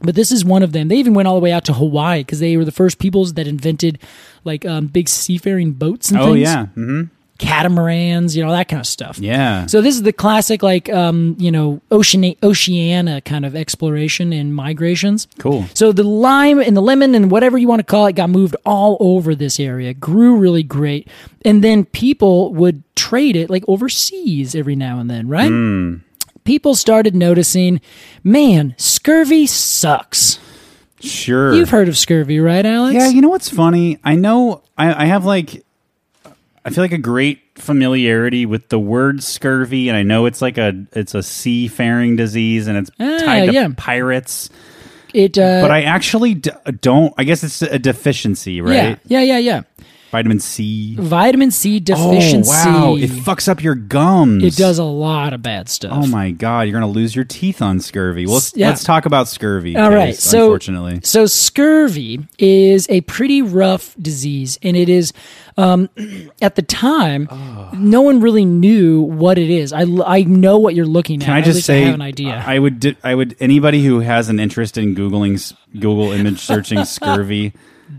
Speaker 2: but this is one of them. They even went all the way out to Hawaii because they were the first peoples that invented like um, big seafaring boats and
Speaker 1: Oh
Speaker 2: things,
Speaker 1: yeah. hmm
Speaker 2: catamarans, you know, that kind of stuff.
Speaker 1: Yeah.
Speaker 2: So this is the classic like um, you know ocean Oceania kind of exploration and migrations.
Speaker 1: Cool.
Speaker 2: So the lime and the lemon and whatever you want to call it got moved all over this area, grew really great, and then people would trade it like overseas every now and then, right?
Speaker 1: Hmm.
Speaker 2: People started noticing, man, scurvy sucks.
Speaker 1: sure.
Speaker 2: You've heard of scurvy, right, Alex?
Speaker 1: Yeah, you know what's funny? I know I, I have like I feel like a great familiarity with the word scurvy, and I know it's like a it's a seafaring disease, and it's
Speaker 2: Ah,
Speaker 1: tied to
Speaker 2: yeah.
Speaker 1: pirates.
Speaker 2: it. Uh,
Speaker 1: But I actually d- don't. I guess it's a deficiency, right?
Speaker 2: Yeah, yeah, yeah, yeah.
Speaker 1: Vitamin C
Speaker 2: Vitamin C deficiency.
Speaker 1: Oh, wow, it fucks up your gums.
Speaker 2: it does a lot of bad stuff.
Speaker 1: Oh my god, you're gonna lose your teeth on scurvy. Well, let's,
Speaker 2: Yeah.
Speaker 1: let's talk about scurvy.
Speaker 2: All
Speaker 1: Case,
Speaker 2: right. So,
Speaker 1: unfortunately,
Speaker 2: so scurvy is a pretty rough disease, and it is, um, at the time,
Speaker 1: Ah.
Speaker 2: no one really knew what it is. I, l- I know what you're looking at.
Speaker 1: Can I
Speaker 2: At
Speaker 1: just
Speaker 2: least
Speaker 1: say
Speaker 2: I have an idea?
Speaker 1: I would di- I would anybody who has an interest in googling s- Google image searching scurvy.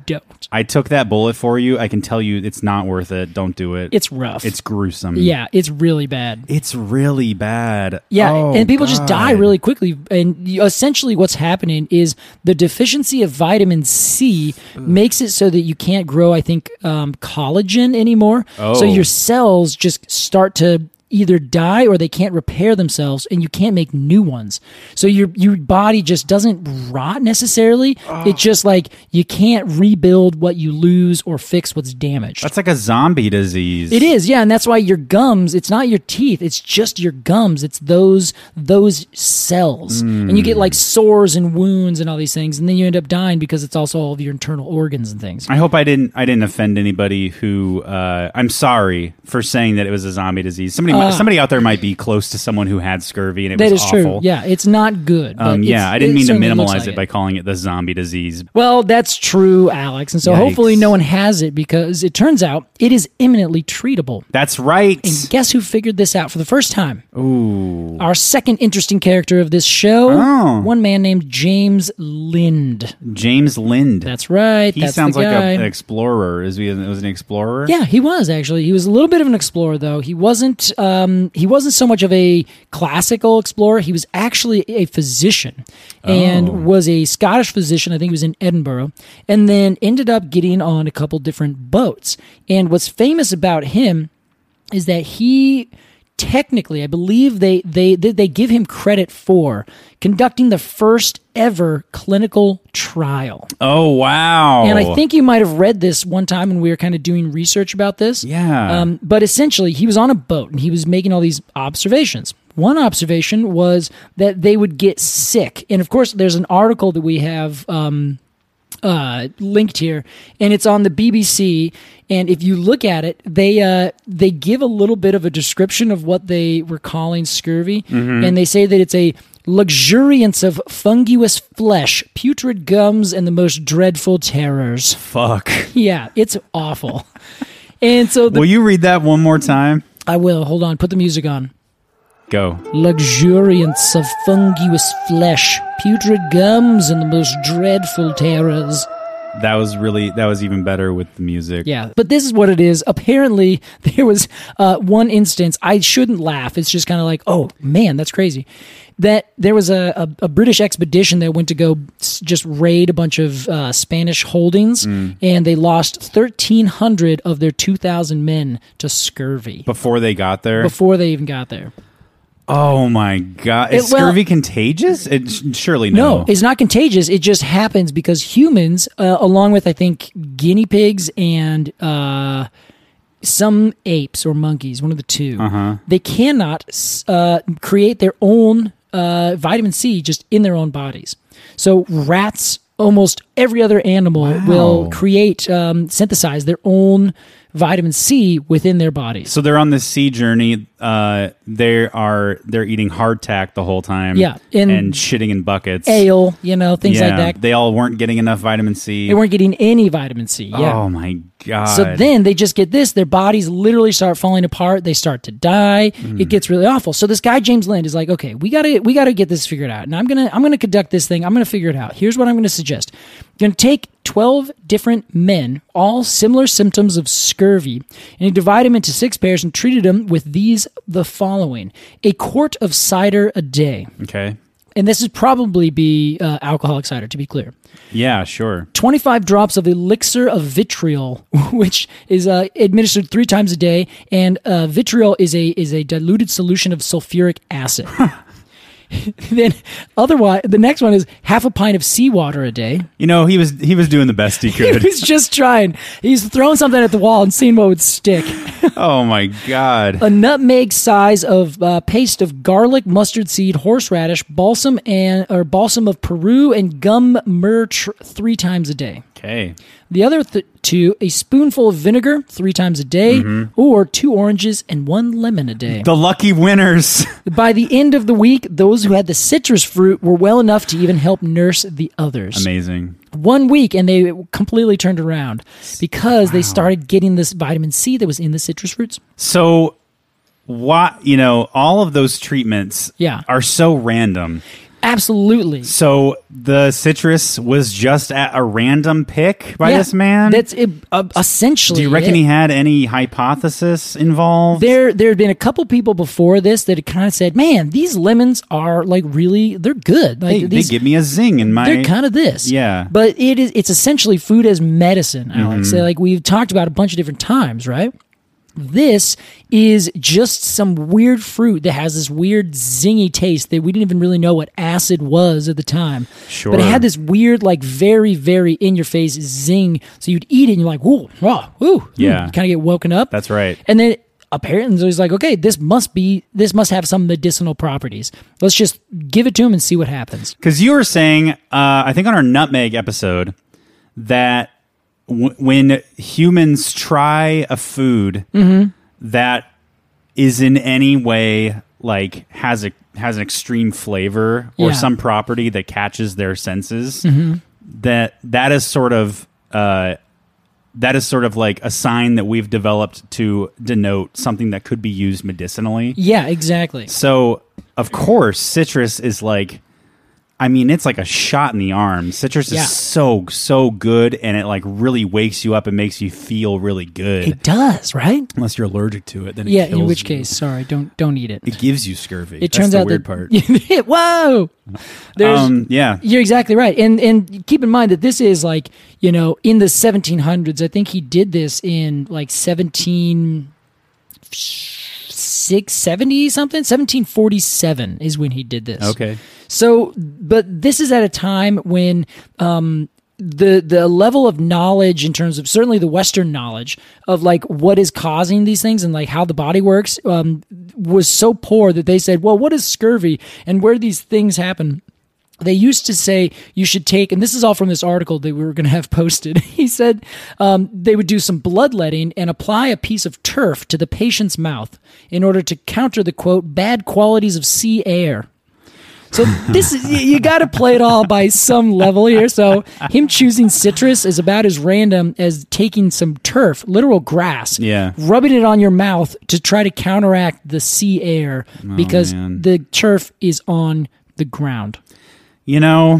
Speaker 2: don't.
Speaker 1: I took that bullet for you. I can tell you it's not worth it. Don't do it.
Speaker 2: It's rough.
Speaker 1: it's gruesome.
Speaker 2: yeah, it's really bad.
Speaker 1: It's really bad.
Speaker 2: Yeah,
Speaker 1: Oh,
Speaker 2: and people just
Speaker 1: God.
Speaker 2: die really quickly. And you- essentially, what's happening is the deficiency of vitamin C makes it so that you can't grow, I think, um, collagen anymore. So
Speaker 1: Oh.
Speaker 2: your cells just start to either die or they can't repair themselves and you can't make new ones. So your your body just doesn't rot necessarily.
Speaker 1: Ah.
Speaker 2: It's just like you can't rebuild what you lose or fix what's damaged.
Speaker 1: That's like a zombie disease.
Speaker 2: It is, yeah, and that's why your gums, it's not your teeth, it's just your gums. It's those those cells. And you get
Speaker 1: Hmm.
Speaker 2: like sores and wounds and all these things, and then you end up dying because it's also all of your internal organs and things.
Speaker 1: I hope I didn't I didn't offend anybody who uh, I'm sorry for saying that it was a zombie disease. Somebody might- somebody out there might be close to someone who had scurvy and it
Speaker 2: That
Speaker 1: was
Speaker 2: is
Speaker 1: awful.
Speaker 2: true. Yeah, it's not good. but
Speaker 1: Um, yeah,
Speaker 2: it's-
Speaker 1: I didn't
Speaker 2: it
Speaker 1: mean to
Speaker 2: certainly looks
Speaker 1: minimalize
Speaker 2: like
Speaker 1: it by calling it the zombie disease.
Speaker 2: Well, that's true, Alex. And so hopefully
Speaker 1: Yikes.
Speaker 2: no one has it because it turns out it is imminently treatable.
Speaker 1: That's right.
Speaker 2: And guess who figured this out for the first time? Ooh. Our second interesting character of this show,
Speaker 1: Oh.
Speaker 2: one man named James Lind.
Speaker 1: James Lind.
Speaker 2: That's right.
Speaker 1: he
Speaker 2: that's
Speaker 1: sounds
Speaker 2: the
Speaker 1: like
Speaker 2: guy.
Speaker 1: a, an explorer. Is he an- was an explorer?
Speaker 2: Yeah, he was actually. He was a little bit of an explorer, though. He wasn't. Um, he wasn't so much of a classical explorer. He was actually a physician,
Speaker 1: Oh.
Speaker 2: and was a Scottish physician. I think he was in Edinburgh, and then ended up getting on a couple different boats. And what's famous about him is that he technically i believe they they they, they give him credit for conducting the first ever clinical trial
Speaker 1: Oh wow.
Speaker 2: and I think you might have read this one time when we were kind of doing research about this.
Speaker 1: Yeah.
Speaker 2: Um, but essentially, he was on a boat and he was making all these observations. One observation was that they would get sick. And of course, there's an article that we have um, uh, linked here, and it's on the BBC. And if you look at it, they uh, they give a little bit of a description of what they were calling scurvy, and they say that it's a luxuriance of funguous flesh, putrid gums, and the most dreadful terrors.
Speaker 1: fuck.
Speaker 2: Yeah, it's awful. and so the,
Speaker 1: Will you read that one more time?
Speaker 2: I will hold on. Put the music on.
Speaker 1: Go.
Speaker 2: Luxuriance of funguous flesh, putrid gums, and the most dreadful terrors.
Speaker 1: That was really that was even better with the music.
Speaker 2: Yeah, but this is what it is. Apparently, there was uh, one instance. I shouldn't laugh. It's just kind of like, oh man, that's crazy. That there was a, a, a British expedition that went to go s- just raid a bunch of uh, Spanish holdings, and they lost thirteen hundred of their two thousand men to scurvy
Speaker 1: Before they got there.
Speaker 2: before they even got there.
Speaker 1: oh my god. Is
Speaker 2: It- well-
Speaker 1: scurvy contagious? It, sh- surely no.
Speaker 2: No, it's not contagious. It just happens because humans, uh, along with I think guinea pigs and uh, some apes or monkeys, one of the 2
Speaker 1: Uh-huh.
Speaker 2: they cannot s- uh, create their own uh, vitamin C just in their own bodies. So rats, almost every other animal, will create, um, synthesize their own vitamin C within their bodies.
Speaker 1: so they're on this sea journey. Uh, they are they're eating hardtack the whole time.
Speaker 2: Yeah,
Speaker 1: and,
Speaker 2: and-
Speaker 1: shitting in buckets.
Speaker 2: Ale, you know, things
Speaker 1: yeah,
Speaker 2: like that.
Speaker 1: They all weren't getting enough vitamin C.
Speaker 2: They weren't getting any vitamin C. Yeah.
Speaker 1: Oh my god.
Speaker 2: So then they just get this. Their bodies literally start falling apart. They start to die. It gets really awful. So this guy James Lind is like, okay, we gotta we gotta get this figured out. And I'm gonna I'm gonna conduct this thing. I'm gonna figure it out. Here's what I'm gonna suggest. You're gonna take 12 different men, all similar symptoms of scurvy, and he divided them into six pairs and treated them with these the following: a quart of cider a day,
Speaker 1: okay.
Speaker 2: and this would probably be uh, alcoholic cider, to be clear.
Speaker 1: Yeah, sure.
Speaker 2: 25 drops of elixir of vitriol, which is uh, administered three times a day, and uh, vitriol is a is a diluted solution of sulfuric acid. then, otherwise, the next one is half a pint of seawater a day.
Speaker 1: You know, he was he was doing the best he could.
Speaker 2: He's just trying. He's throwing something at the wall and seeing what would stick.
Speaker 1: oh my god.
Speaker 2: A nutmeg size of uh, paste of garlic, mustard seed, horseradish, balsam, and or balsam of Peru, and gum myrrh tr- three times a day.
Speaker 1: Okay.
Speaker 2: The other th- two, a spoonful of vinegar three times a day,
Speaker 1: Mm-hmm.
Speaker 2: or two oranges and one lemon a day.
Speaker 1: The lucky winners.
Speaker 2: By the end of the week, those who had the citrus fruit were well enough to even help nurse the others.
Speaker 1: Amazing.
Speaker 2: One week, and they completely turned around because they started getting this vitamin C that was in the citrus fruits.
Speaker 1: So why you know, all of those treatments
Speaker 2: Yeah.
Speaker 1: are so random.
Speaker 2: Absolutely.
Speaker 1: So the citrus was just at a random pick by
Speaker 2: Yeah,
Speaker 1: this man?
Speaker 2: That's it, uh, essentially.
Speaker 1: Do you reckon
Speaker 2: it.
Speaker 1: he had any hypothesis involved?
Speaker 2: There, there had been a couple people before this that had kind of said, "Man, these lemons are like really, they're good. Like
Speaker 1: they, they
Speaker 2: these,
Speaker 1: give me a zing in my
Speaker 2: they're kind of this.
Speaker 1: Yeah. Mm-hmm.
Speaker 2: But it is it's essentially food as medicine, Alex. So, Like we've talked about a bunch of different times, right? This is just some weird fruit that has this weird zingy taste that we didn't even really know what acid was at the time.
Speaker 1: Sure.
Speaker 2: But it had this weird, like very, very in your face zing. So you'd eat it and you're like, whoa, raw, woo.
Speaker 1: Yeah.
Speaker 2: Kind of get woken up.
Speaker 1: That's right.
Speaker 2: And then apparently so he's like, okay, this must be this must have some medicinal properties. Let's just give it to him and see what happens.
Speaker 1: Because you were saying, uh, I think on our nutmeg episode, that w- when humans try a food that is in any way like has a has an extreme flavor or
Speaker 2: Yeah.
Speaker 1: some property that catches their senses, that that is sort of uh, that is sort of like a sign that we've developed to denote something that could be used medicinally.
Speaker 2: Yeah, exactly.
Speaker 1: So, of course, citrus is like, I mean, it's like a shot in the arm. Citrus
Speaker 2: Yeah.
Speaker 1: is so, so good, and it like really wakes you up and makes you feel really good.
Speaker 2: It does, right?
Speaker 1: Unless you're allergic to it, then it
Speaker 2: Yeah, in
Speaker 1: kills
Speaker 2: which
Speaker 1: you.
Speaker 2: case, sorry, don't don't eat it.
Speaker 1: it gives you scurvy.
Speaker 2: It
Speaker 1: That's
Speaker 2: turns
Speaker 1: the
Speaker 2: out
Speaker 1: weird part.
Speaker 2: part. Whoa. There's
Speaker 1: Um, yeah,
Speaker 2: You're exactly right, and and keep in mind that this is like you know in the 1700s. I think he did this in like 17, six seventy something. 1747 is when he did this.
Speaker 1: okay.
Speaker 2: So, but this is at a time when um, the the level of knowledge in terms of certainly the Western knowledge of like what is causing these things and like how the body works um, was so poor that they said, well, what is scurvy and where do these things happen? They used to say you should take, and this is all from this article that we were going to have posted. He said um, they would do some bloodletting and apply a piece of turf to the patient's mouth in order to counter the quote bad qualities of sea air. So this is you, you got to play it all by some level here. So him choosing citrus is about as random as taking some turf, literal grass,
Speaker 1: Yeah.
Speaker 2: rubbing it on your mouth to try to counteract the sea air because
Speaker 1: Oh, man.
Speaker 2: the turf is on the ground.
Speaker 1: You know,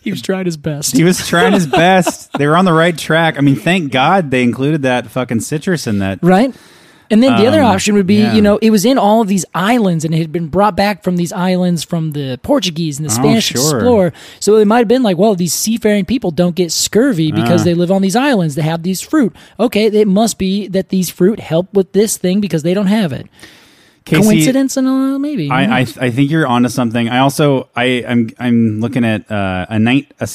Speaker 2: He was trying his best.
Speaker 1: he was trying his best. They were on the right track. I mean, thank God they included that fucking citrus in that.
Speaker 2: right? And then the other option would be,
Speaker 1: Um, yeah.
Speaker 2: you know, it was in all of these islands and it had been brought back from these islands from the Portuguese and the Spanish
Speaker 1: Oh, sure.
Speaker 2: explorer. So it might have been like, well, these seafaring people don't get scurvy
Speaker 1: Ah.
Speaker 2: because they live on these islands. They have these fruit. Okay, it must be that these fruit help with this thing because they don't have it.
Speaker 1: Casey,
Speaker 2: Coincidence? And uh, maybe.
Speaker 1: I, I I think you're onto something. I also I I'm I'm looking at uh, a night a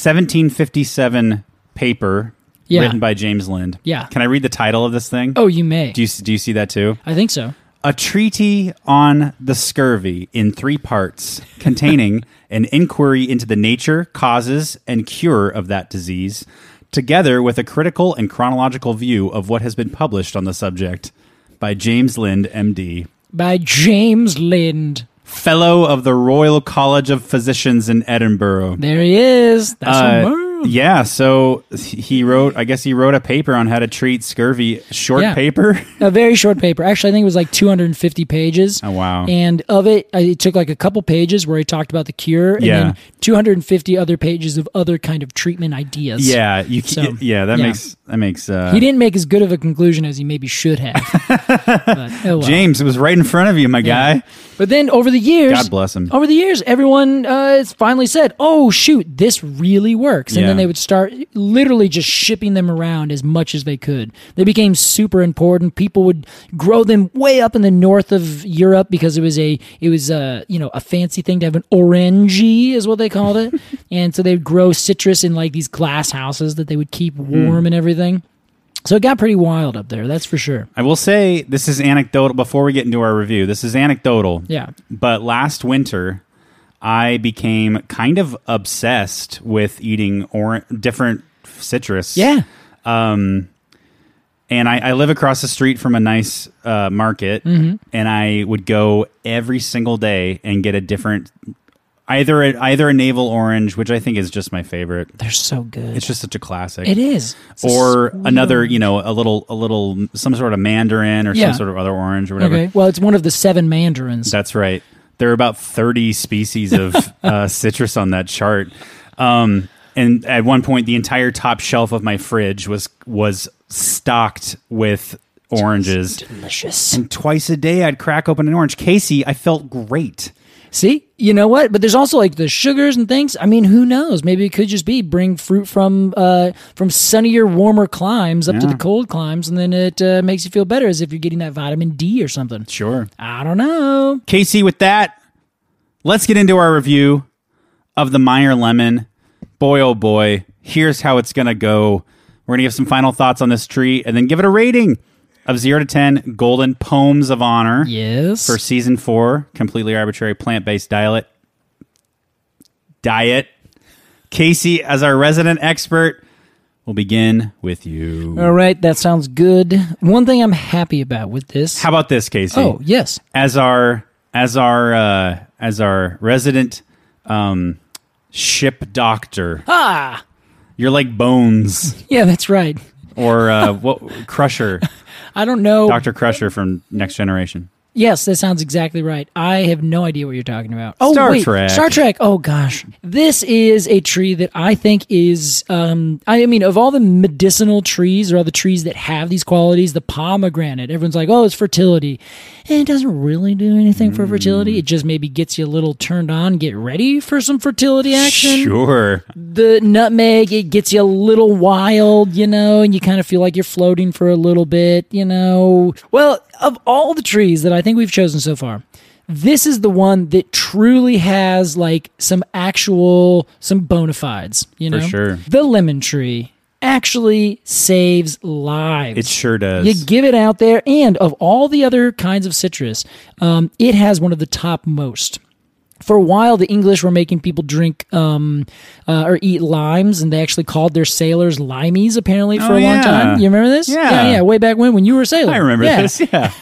Speaker 1: 1757 paper
Speaker 2: Yeah.
Speaker 1: written by James Lind.
Speaker 2: Yeah.
Speaker 1: Can I read the title of this thing?
Speaker 2: oh, you may.
Speaker 1: Do you do you see that too?
Speaker 2: I think so.
Speaker 1: A treatise on the scurvy in three parts, containing an inquiry into the nature, causes, and cure of that disease, together with a critical and chronological view of what has been published on the subject by James Lind, MD
Speaker 2: By James Lind.
Speaker 1: fellow of the Royal College of Physicians in Edinburgh.
Speaker 2: There he is. That's
Speaker 1: Uh,
Speaker 2: a merm.
Speaker 1: yeah, so he wrote. I guess he wrote a paper on how to treat scurvy. Short
Speaker 2: Yeah.
Speaker 1: paper.
Speaker 2: a very short paper. Actually, I think it was like 250 pages.
Speaker 1: Oh, wow.
Speaker 2: And of it, I- it took like a couple pages where he talked about the cure, and
Speaker 1: Yeah.
Speaker 2: then 250 other pages of other kind of treatment ideas.
Speaker 1: Yeah, you. c-
Speaker 2: So,
Speaker 1: yeah, that
Speaker 2: yeah.
Speaker 1: makes that makes. Uh,
Speaker 2: He didn't make as good of a conclusion as he maybe should have. but, oh well.
Speaker 1: James, it was right in front of you, my guy.
Speaker 2: But then over the years,
Speaker 1: God bless him.
Speaker 2: Over the years, everyone uh, has finally said, "Oh shoot, this really works," and then
Speaker 1: Yeah.
Speaker 2: they would start literally just shipping them around as much as they could. They became super important. People would grow them way up in the north of Europe because it was a it was a you know a fancy thing to have an orangey is what they called it, and so they would grow citrus in like these glass houses that they would keep
Speaker 1: Hmm.
Speaker 2: warm and everything. So it got pretty wild up there, that's for sure.
Speaker 1: I will say this is anecdotal. Before we get into our review, this is anecdotal.
Speaker 2: Yeah.
Speaker 1: But last winter, I became kind of obsessed with eating or- different citrus.
Speaker 2: Yeah.
Speaker 1: and I, I live across the street from a nice uh, market,
Speaker 2: Mm-hmm.
Speaker 1: and I would go every single day and get a different, either a, either a navel orange, which I think is just my favorite.
Speaker 2: They're so good.
Speaker 1: It's just such a classic.
Speaker 2: it is. It's a
Speaker 1: Or
Speaker 2: sweet
Speaker 1: another, you know, a little, a little, some sort of mandarin or
Speaker 2: Yeah.
Speaker 1: some sort of other orange or whatever.
Speaker 2: Okay. Well, it's one of the seven mandarins.
Speaker 1: That's right. There are about 30 species of uh, citrus on that chart. Um, and at one point, the entire top shelf of my fridge was was stocked with oranges.
Speaker 2: Delicious.
Speaker 1: And twice a day, I'd crack open an orange. Casey, I felt great.
Speaker 2: See, you know what? But there's also like the sugars and things. I mean, who knows? Maybe it could just be bring fruit from uh from sunnier, warmer climes up to the cold climes, and then it uh, makes you feel better as if you're getting that vitamin D or something.
Speaker 1: Sure.
Speaker 2: I don't know.
Speaker 1: Casey, with that, let's get into our review of the Meyer Lemon. Boy, oh boy, here's how it's going to go. We're going to give some final thoughts on this tree and then give it a rating of 0 to 10 golden poems of honor
Speaker 2: Yes.
Speaker 1: for season 4 completely arbitrary plant-based diet diet casey as our resident expert We'll begin with you.
Speaker 2: All right, that sounds good. One thing I'm happy about with this.
Speaker 1: How about this, Casey?
Speaker 2: oh, yes.
Speaker 1: as our as our uh, as our resident um, ship doctor. Ah, you're like Bones
Speaker 2: Yeah, that's right.
Speaker 1: or uh, what Crusher,
Speaker 2: I don't know.
Speaker 1: Doctor Crusher from Next Generation.
Speaker 2: Yes, that sounds exactly right. I have no idea what you're talking about. Oh,
Speaker 1: Star
Speaker 2: wait,
Speaker 1: Trek.
Speaker 2: Star Trek. Oh gosh, this is a tree that I think is. Um, I mean, of all the medicinal trees or all the trees that have these qualities, the pomegranate. Everyone's like, oh, it's fertility. And it doesn't really do anything for fertility.
Speaker 1: Mm.
Speaker 2: It just maybe gets you a little turned on, get ready for some fertility action.
Speaker 1: Sure,
Speaker 2: The nutmeg, it gets you a little wild, you know, and you kind of feel like you're floating for a little bit, you know. Well, of all the trees that I think we've chosen so far, this is the one that truly has like some actual, some bona fides, you
Speaker 1: For
Speaker 2: know.
Speaker 1: sure.
Speaker 2: The lemon tree actually saves lives.
Speaker 1: it sure does.
Speaker 2: You give it out there, and of all the other kinds of citrus, um, it has one of the top most. For a while, the English were making people drink um, uh, or eat limes, and they actually called their sailors limeys. Apparently, for
Speaker 1: Oh,
Speaker 2: a long
Speaker 1: yeah.
Speaker 2: time, you remember this?
Speaker 1: Yeah.
Speaker 2: yeah, way back when, when you were a sailor.
Speaker 1: I remember
Speaker 2: Yeah.
Speaker 1: this. Yeah,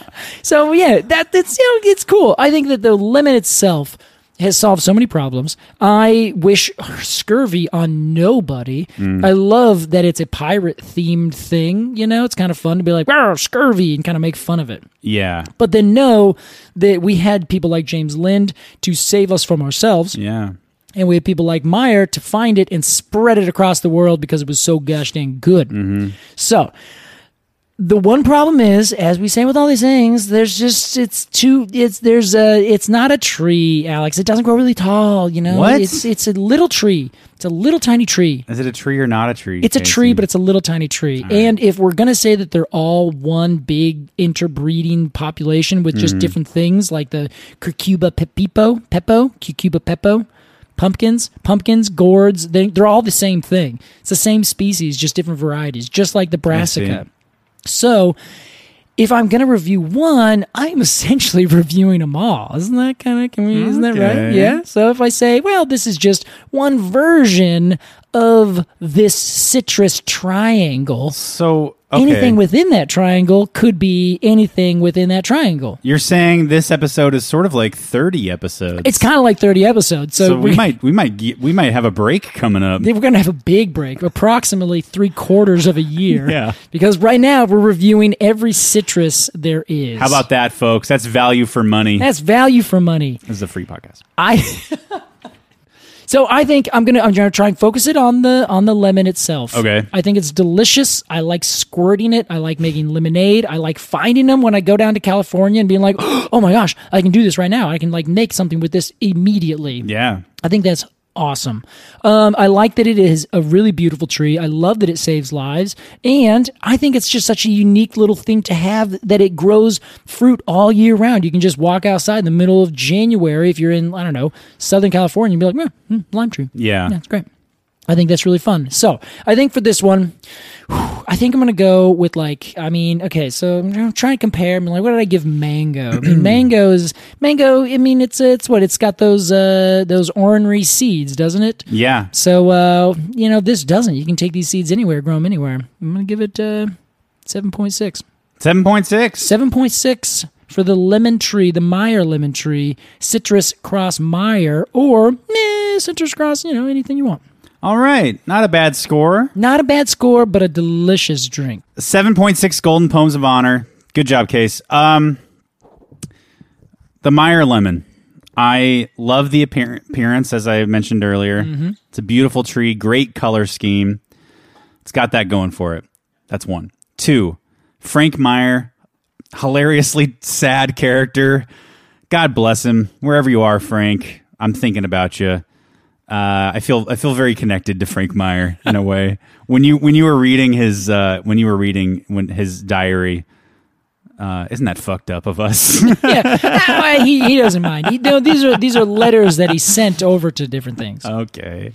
Speaker 2: So yeah, that that's you know, it's cool. I think that the lemon itself has solved so many problems. I wish scurvy on nobody. I love that it's a pirate themed thing. You know, it's kind of fun to be like "Rawr, scurvy and kind of make fun of it.
Speaker 1: yeah,
Speaker 2: But then know that we had people like James Lind to save us from ourselves,
Speaker 1: yeah.
Speaker 2: and we had people like Meyer to find it and spread it across the world because it was so gosh dang good. So the one problem is, as we say with all these things, there's just it's too it's there's a it's not a tree, Alex. It doesn't grow really tall, you know.
Speaker 1: What?
Speaker 2: It's it's a little tree. It's a little tiny tree.
Speaker 1: Is it a tree or not a tree?
Speaker 2: It's a
Speaker 1: Casey?
Speaker 2: tree, but it's a little tiny tree. And if we're gonna say that they're all one big interbreeding population with
Speaker 1: Mm-hmm.
Speaker 2: just different things, like the curcuba pepipo, pepo, cucuba pepo, pumpkins, pumpkins, gourds, they, they're all the same thing. It's the same species, just different varieties, just like the
Speaker 1: see.
Speaker 2: brassica. So. If I'm going to review one, I'm essentially reviewing them all. Isn't that kind of, can we, isn't that right?
Speaker 1: Okay.
Speaker 2: Yeah. So if I say, well, this is just one version of this citrus triangle,
Speaker 1: so okay.
Speaker 2: anything within that triangle could be anything within that triangle.
Speaker 1: You're saying this episode is sort of like 30 episodes.
Speaker 2: It's kind of like 30 episodes. So,
Speaker 1: so we might we might ge- we might have a break coming up.
Speaker 2: We're going to have a big break, approximately three quarters of a year.
Speaker 1: Yeah.
Speaker 2: Because right now we're reviewing every citrus there is.
Speaker 1: How about that, folks? That's value for money.
Speaker 2: That's value for money.
Speaker 1: This is a free podcast.
Speaker 2: I So I think I'm gonna I'm gonna try and focus it on the on the lemon itself.
Speaker 1: Okay.
Speaker 2: I think it's delicious. I like squirting it. I like making lemonade. I like finding them when I go down to California and being like, oh my gosh, I can do this right now. I can like make something with this immediately.
Speaker 1: Yeah.
Speaker 2: I think that's awesome. Um, I like that it is a really beautiful tree. I love that it saves lives. And I think it's just such a unique little thing to have that it grows fruit all year round. You can just walk outside in the middle of January if you're in, I don't know, Southern California and be like, yeah, mm, lime tree.
Speaker 1: Yeah.
Speaker 2: That's great. I think that's really fun. So I think for this one, whew, I think I'm gonna go with like I mean, okay, so I'm gonna try and compare. I'm like, what did I give mango? I mean, mango is mango. I mean, it's it's what it's got those uh those ornery seeds, doesn't it?
Speaker 1: Yeah.
Speaker 2: So uh, you know, this doesn't. You can take these seeds anywhere, grow them anywhere. I'm gonna give it uh, seven point six.
Speaker 1: 7.6.
Speaker 2: 7.6 for the lemon tree, the Meyer lemon tree, citrus cross Meyer, or meh, citrus cross, you know, anything you want.
Speaker 1: All right. Not a bad score.
Speaker 2: Not a bad score, but a delicious drink.
Speaker 1: 7.6 Golden Poems of Honor. Good job, Case. Um The Meyer lemon. I love the appear- appearance as I mentioned earlier. It's a beautiful tree, great color scheme. It's got that going for it. That's one. Two. Frank Meyer, hilariously sad character. God bless him. Wherever you are, Frank, I'm thinking about you. Uh, I feel I feel very connected to Frank Meyer in a way. when you when you were reading his uh, when you were reading when his diary, uh, isn't that fucked up of us?
Speaker 2: Yeah, Ah, Well, he, he
Speaker 1: Uh,
Speaker 2: doesn't mind. He, no, these are these are letters that he sent over to different things.
Speaker 1: okay.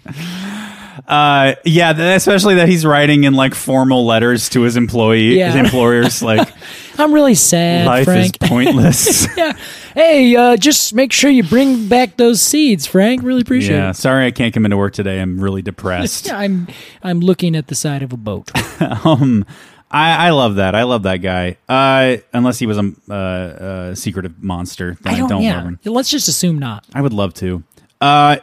Speaker 1: Uh, yeah, th- especially that he's writing in like formal letters to his employee,
Speaker 2: Yeah.
Speaker 1: his employers, like
Speaker 2: I'm really sad,
Speaker 1: life
Speaker 2: Frank.
Speaker 1: is pointless.
Speaker 2: yeah. Hey, uh, just make sure you bring back those seeds, Frank. Really appreciate
Speaker 1: yeah,
Speaker 2: it.
Speaker 1: sorry I can't come into work today. I'm really depressed.
Speaker 2: Yeah, I'm I'm looking at the side of a boat.
Speaker 1: um, I, I love that. I love that guy. Uh, unless he was a, uh, uh secretive monster, then I don't, love him.
Speaker 2: Let's just assume not.
Speaker 1: I would love to. Uh,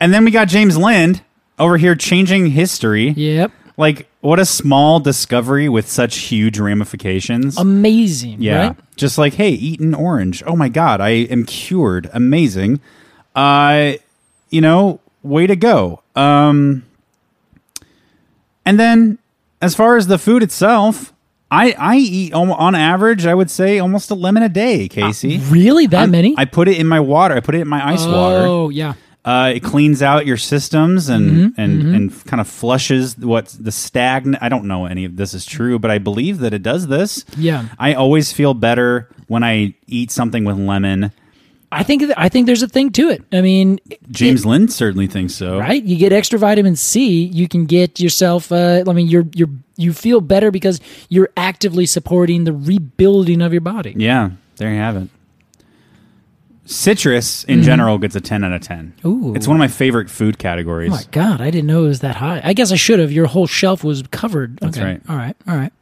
Speaker 1: and then we got James Lind over here changing history.
Speaker 2: Yep.
Speaker 1: Like, what a small discovery with such huge ramifications.
Speaker 2: Amazing.
Speaker 1: yeah.
Speaker 2: Um, Right?
Speaker 1: Just like, hey, eat an orange. Oh my God, I am cured. Amazing. Uh, you know, way to go. Um, and then as far as the food itself, I, I eat al- on average, I would say almost a lemon a day, Casey.
Speaker 2: Really? Uh, That
Speaker 1: I'm-
Speaker 2: many?
Speaker 1: I put it in my water. I put it in my ice water
Speaker 2: Oh, yeah.
Speaker 1: uh, it cleans out your systems and
Speaker 2: Mm-hmm,
Speaker 1: and and kind of flushes what's the stagnant. I don't know any of this is true, but I believe that it does this.
Speaker 2: Yeah.
Speaker 1: I always feel better when I eat something with lemon.
Speaker 2: I think th- I think there's a thing to it. I mean,
Speaker 1: James Lynn certainly thinks so.
Speaker 2: right? You get extra vitamin C. You can get yourself. Uh, I mean, you're you're you feel better because you're actively supporting the rebuilding of your body.
Speaker 1: Yeah, there you have it. Citrus in general gets a ten out of ten.
Speaker 2: Mm-hmm. Ooh.
Speaker 1: It's one of my favorite food categories.
Speaker 2: Oh my god, I didn't know it was that high. I guess I should have. Your whole shelf was covered. That's okay.
Speaker 1: right.
Speaker 2: All right. All right.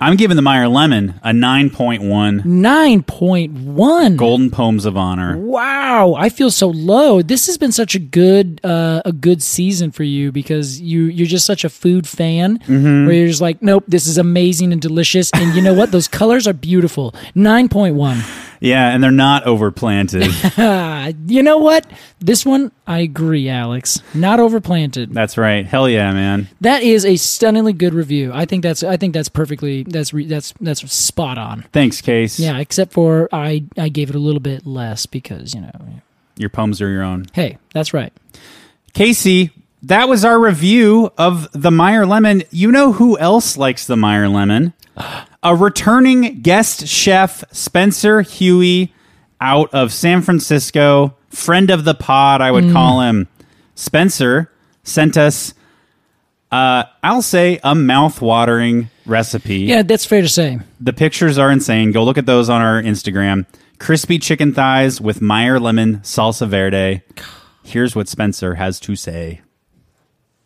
Speaker 1: I'm giving the Meyer Lemon a nine point
Speaker 2: Mm.
Speaker 1: one.
Speaker 2: Nine point one.
Speaker 1: Golden Poems of Honor.
Speaker 2: Wow, I feel so low. This has been such a good uh, a good season for you because you you're just such a food fan where you're just like, nope, this is amazing and delicious, and you know what? Those colors are beautiful. Nine point one.
Speaker 1: Yeah, and they're not overplanted.
Speaker 2: Uh, You know what? This one, I agree, Alex. Not overplanted.
Speaker 1: That's right. Hell yeah, man.
Speaker 2: That is a stunningly good review. I think that's I think that's perfectly that's re, that's that's spot on.
Speaker 1: Thanks, Case.
Speaker 2: Yeah, except for I I gave it a little bit less because you know.
Speaker 1: Your poems are your own.
Speaker 2: Hey, that's right.
Speaker 1: Casey, that was our review of the Meyer Lemon. You know who else likes the Meyer Lemon? A returning guest chef, Spencer Huey, out of San Francisco, friend of the pod, I would call him. Spencer sent us, uh, I'll say, a mouth-watering recipe.
Speaker 2: Yeah, that's fair to say.
Speaker 1: The pictures are insane. Go look at those on our Instagram. Crispy chicken thighs with Meyer lemon salsa verde. Here's what Spencer has to say.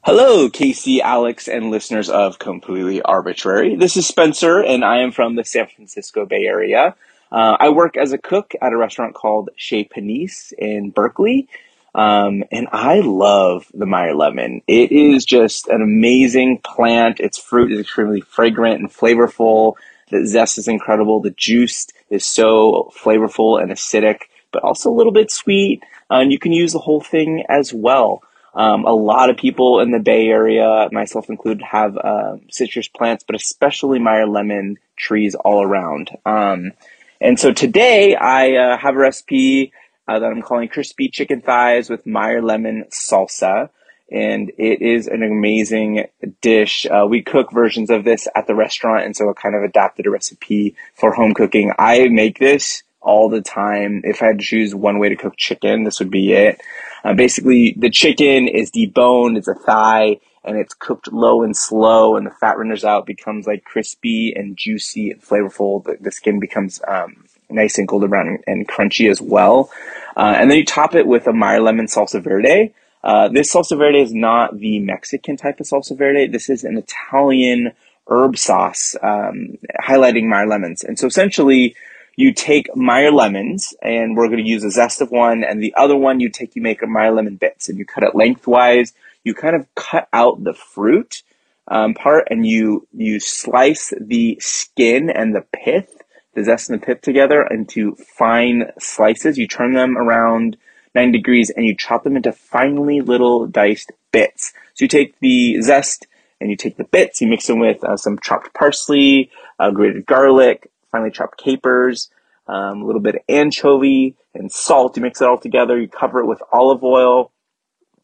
Speaker 5: Hello, Casey, Alex, and listeners of Completely Arbitrary. This is Spencer, and I am from the San Francisco Bay Area. Uh, I work as a cook at a restaurant called Chez Panisse in Berkeley, um, and I love the Meyer lemon. It is just an amazing plant. Its fruit is extremely fragrant and flavorful. The zest is incredible. The juice is so flavorful and acidic, but also a little bit sweet. Uh, and you can use the whole thing as well. Um, a lot of people in the Bay Area, myself included, have uh, citrus plants, but especially Meyer lemon trees all around. Um, and so today I uh, have a recipe uh, that I'm calling crispy chicken thighs with Meyer lemon salsa. And it is an amazing dish. Uh, we cook versions of this at the restaurant, and so I kind of adapted a recipe for home cooking. I make this all the time. If I had to choose one way to cook chicken, this would be it. Uh, basically, the chicken is deboned, it's a thigh, and it's cooked low and slow, and the fat renders out, becomes like crispy and juicy and flavorful. The, the skin becomes um, nice and golden brown and, and crunchy as well. Uh, and then you top it with a Meyer lemon salsa verde. Uh, this salsa verde is not the Mexican type of salsa verde. This is an Italian herb sauce um, highlighting Meyer lemons. And so essentially, you take Meyer lemons, and we're going to use a zest of one, and the other one you take, you make a Meyer lemon bits, and you cut it lengthwise. You kind of cut out the fruit um, part, and you you slice the skin and the pith, the zest and the pith together into fine slices. You turn them around 90 degrees, and you chop them into finely little diced bits. So you take the zest and you take the bits, you mix them with uh, some chopped parsley, uh, grated garlic, finely chopped capers, um, a little bit of anchovy and salt. You mix it all together. You cover it with olive oil.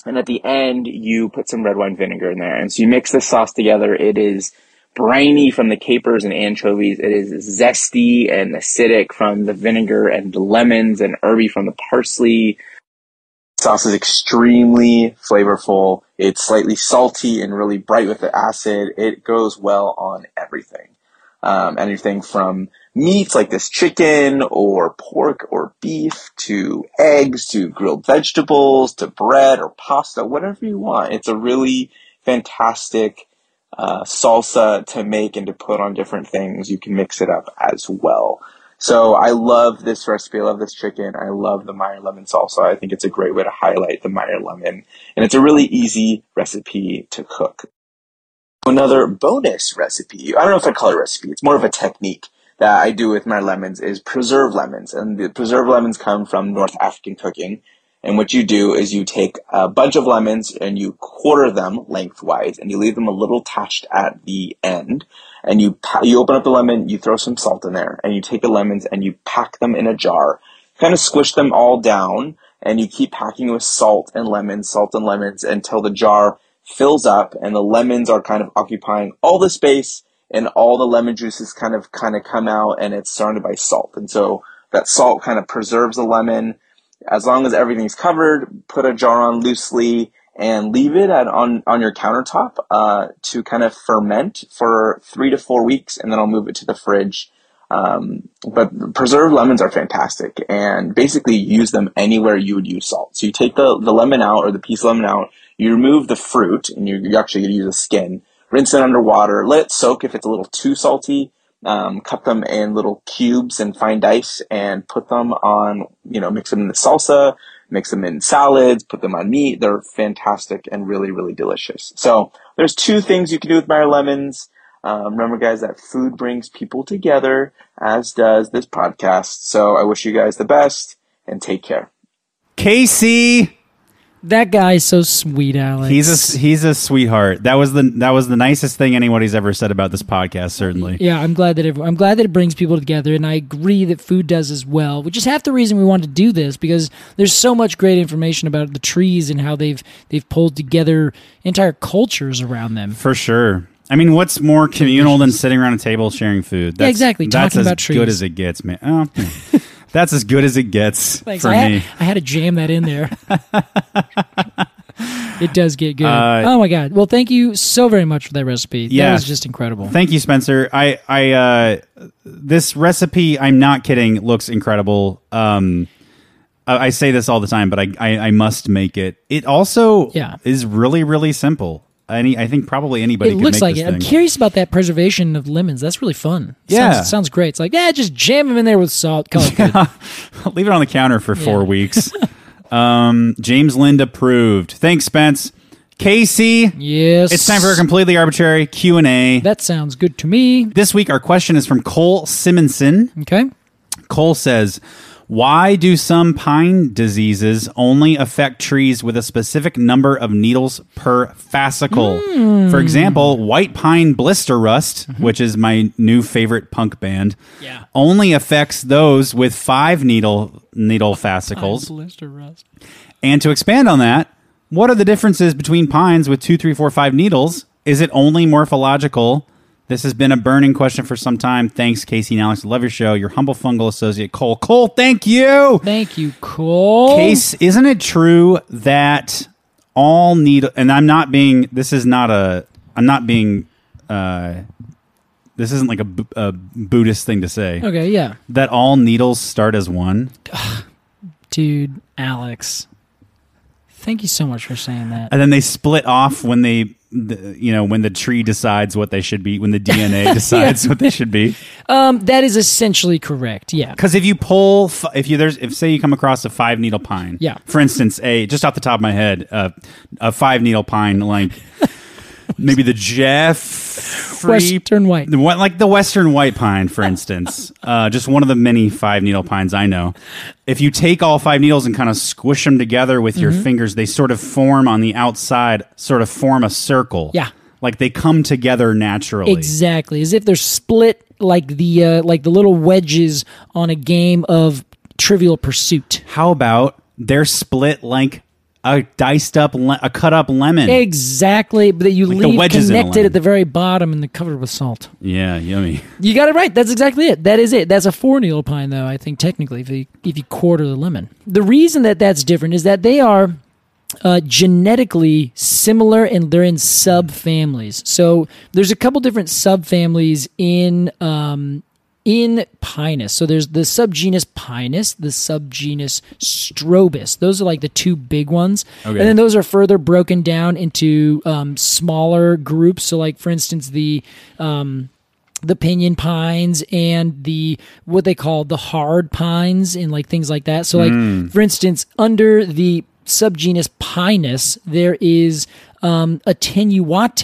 Speaker 5: And at the end, you put some red wine vinegar in there. And so you mix this sauce together. It is briny from the capers and anchovies. It is zesty and acidic from the vinegar and the lemons and herby from the parsley sauce is extremely flavorful. It's slightly salty and really bright with the acid. It goes well on everything. Um, anything from meats like this chicken or pork or beef to eggs to grilled vegetables to bread or pasta, whatever you want. It's a really fantastic uh, salsa to make and to put on different things. You can mix it up as well. So I love this recipe. I love this chicken. I love the Meyer lemon salsa. I think it's a great way to highlight the Meyer lemon. And it's a really easy recipe to cook. Another bonus recipe, I don't know if I call it a recipe, it's more of a technique that I do with my lemons is preserve lemons. And the preserve lemons come from North African cooking. And what you do is you take a bunch of lemons and you quarter them lengthwise and you leave them a little touched at the end. And you, pa- you open up the lemon, you throw some salt in there and you take the lemons and you pack them in a jar, kind of squish them all down and you keep packing with salt and lemons, salt and lemons until the jar fills up and the lemons are kind of occupying all the space and all the lemon juices kind of kind of come out and it's surrounded by salt and so that salt kind of preserves the lemon as long as everything's covered put a jar on loosely and leave it at, on on your countertop uh, to kind of ferment for three to four weeks and then i'll move it to the fridge um, but preserved lemons are fantastic and basically you use them anywhere you would use salt so you take the, the lemon out or the piece of lemon out you remove the fruit and you, you're actually going to use the skin rinse it underwater, let it soak if it's a little too salty. Um, cut them in little cubes and fine dice and put them on, you know, mix them in the salsa, mix them in salads, put them on meat. They're fantastic and really, really delicious. So there's two things you can do with Meyer lemons. Um, remember, guys, that food brings people together, as does this podcast. So I wish you guys the best and take care.
Speaker 1: Casey,
Speaker 2: That guy is so sweet, Alex.
Speaker 1: he's a he's a sweetheart. That was the that was the nicest thing anybody's ever said about this podcast. Certainly,
Speaker 2: yeah, I'm glad that it, I'm glad that it brings people together, and I agree that food does as well, which is half the reason we wanted to do this because there's so much great information about the trees and how they've they've pulled together entire cultures around them.
Speaker 1: for sure. I mean, what's more communal than sitting around a table sharing food? That's,
Speaker 2: exactly.
Speaker 1: That's
Speaker 2: Talking
Speaker 1: as
Speaker 2: about trees.
Speaker 1: good as it gets, man. Oh, hmm. that's as good as it gets
Speaker 2: Thanks.
Speaker 1: for
Speaker 2: I
Speaker 1: me.
Speaker 2: Had, I had to jam that in there. it does get good.
Speaker 1: Uh,
Speaker 2: oh my god! Well, thank you so very much for that recipe.
Speaker 1: Yeah.
Speaker 2: that was just incredible.
Speaker 1: Thank you, Spencer. I, I, uh, this recipe, I'm not kidding, looks incredible. Um, I, I say this all the time, but I, I, I must make it. It also
Speaker 2: Yeah.
Speaker 1: is really, really simple. Any, I think probably anybody
Speaker 2: it
Speaker 1: could
Speaker 2: looks
Speaker 1: make
Speaker 2: like it.
Speaker 1: this
Speaker 2: I'm
Speaker 1: thing.
Speaker 2: curious about that preservation of lemons. That's really fun. It
Speaker 1: Yeah.
Speaker 2: sounds, it sounds great. It's like yeah, just jam them in there with salt. Call it good.
Speaker 1: Leave it on the counter for four
Speaker 2: Yeah.
Speaker 1: weeks. um, James Lind approved. Thanks, Spence. Casey,
Speaker 2: Yes,
Speaker 1: it's time for a completely arbitrary Q and A.
Speaker 2: That sounds good to me.
Speaker 1: This week, our question is from Cole Simonson.
Speaker 2: Okay.
Speaker 1: Cole says, Why do some pine diseases only affect trees with a specific number of needles per fascicle? For example, white pine blister rust, which is my new favorite punk band,
Speaker 2: Yeah.
Speaker 1: only affects those with five needle needle fascicles.
Speaker 2: Blister rust.
Speaker 1: And to expand on that, what are the differences between pines with two, three, four, five needles? Is it only morphological? This has been a burning question for some time. Thanks, Casey and Alex. Love your show. Your humble fungal associate, Cole. Cole, thank you.
Speaker 2: Thank you, Cole.
Speaker 1: Case, isn't it true that all needle? And I'm not being. This is not a. I'm not being. Uh, this isn't like a, Bu- a Buddhist thing to say.
Speaker 2: Okay, yeah,
Speaker 1: That all needles start as one.
Speaker 2: dude, Alex. Thank you so much for saying that.
Speaker 1: and then they split off when they the, you know when the tree decides what they should be when the dna decides what they should be
Speaker 2: Um, that is essentially correct. Yeah.
Speaker 1: because if you pull f- if you there's if say you come across a five needle pine
Speaker 2: Yeah.
Speaker 1: for instance a just off the top of my head uh, a five needle pine like maybe the jeff
Speaker 2: Western white.
Speaker 1: the one, like the western white pine for instance uh, just one of the many five needle pines i know if you take all five needles and kind of squish them together with
Speaker 2: Mm-hmm.
Speaker 1: your fingers they sort of form on the outside sort of form a circle
Speaker 2: Yeah.
Speaker 1: like they come together naturally
Speaker 2: Exactly, as if they're split like the uh, like the little wedges on a game of Trivial Pursuit.
Speaker 1: how about they're split like a diced up, le- a cut up lemon.
Speaker 2: Exactly, but that you
Speaker 1: Like the
Speaker 2: leave
Speaker 1: wedges in a
Speaker 2: connected
Speaker 1: lemon.
Speaker 2: at the very bottom and then covered with salt.
Speaker 1: Yeah, yummy.
Speaker 2: You got it right. That's exactly it. That is it. That's a four needle pine, though. I think technically, if you if you quarter the lemon, the reason that that's different is that they are uh, genetically similar and they're in subfamilies. So there's a couple different subfamilies in um, in Pinus. So there's the subgenus Pinus, the subgenus Strobus. Those are like the two big ones.
Speaker 1: Okay.
Speaker 2: And then those are further broken down into um, smaller groups. So like for instance the um, the pinion pines and the what they call the hard pines and like things like that. So like for instance under the subgenus Pinus there is um, attenuate,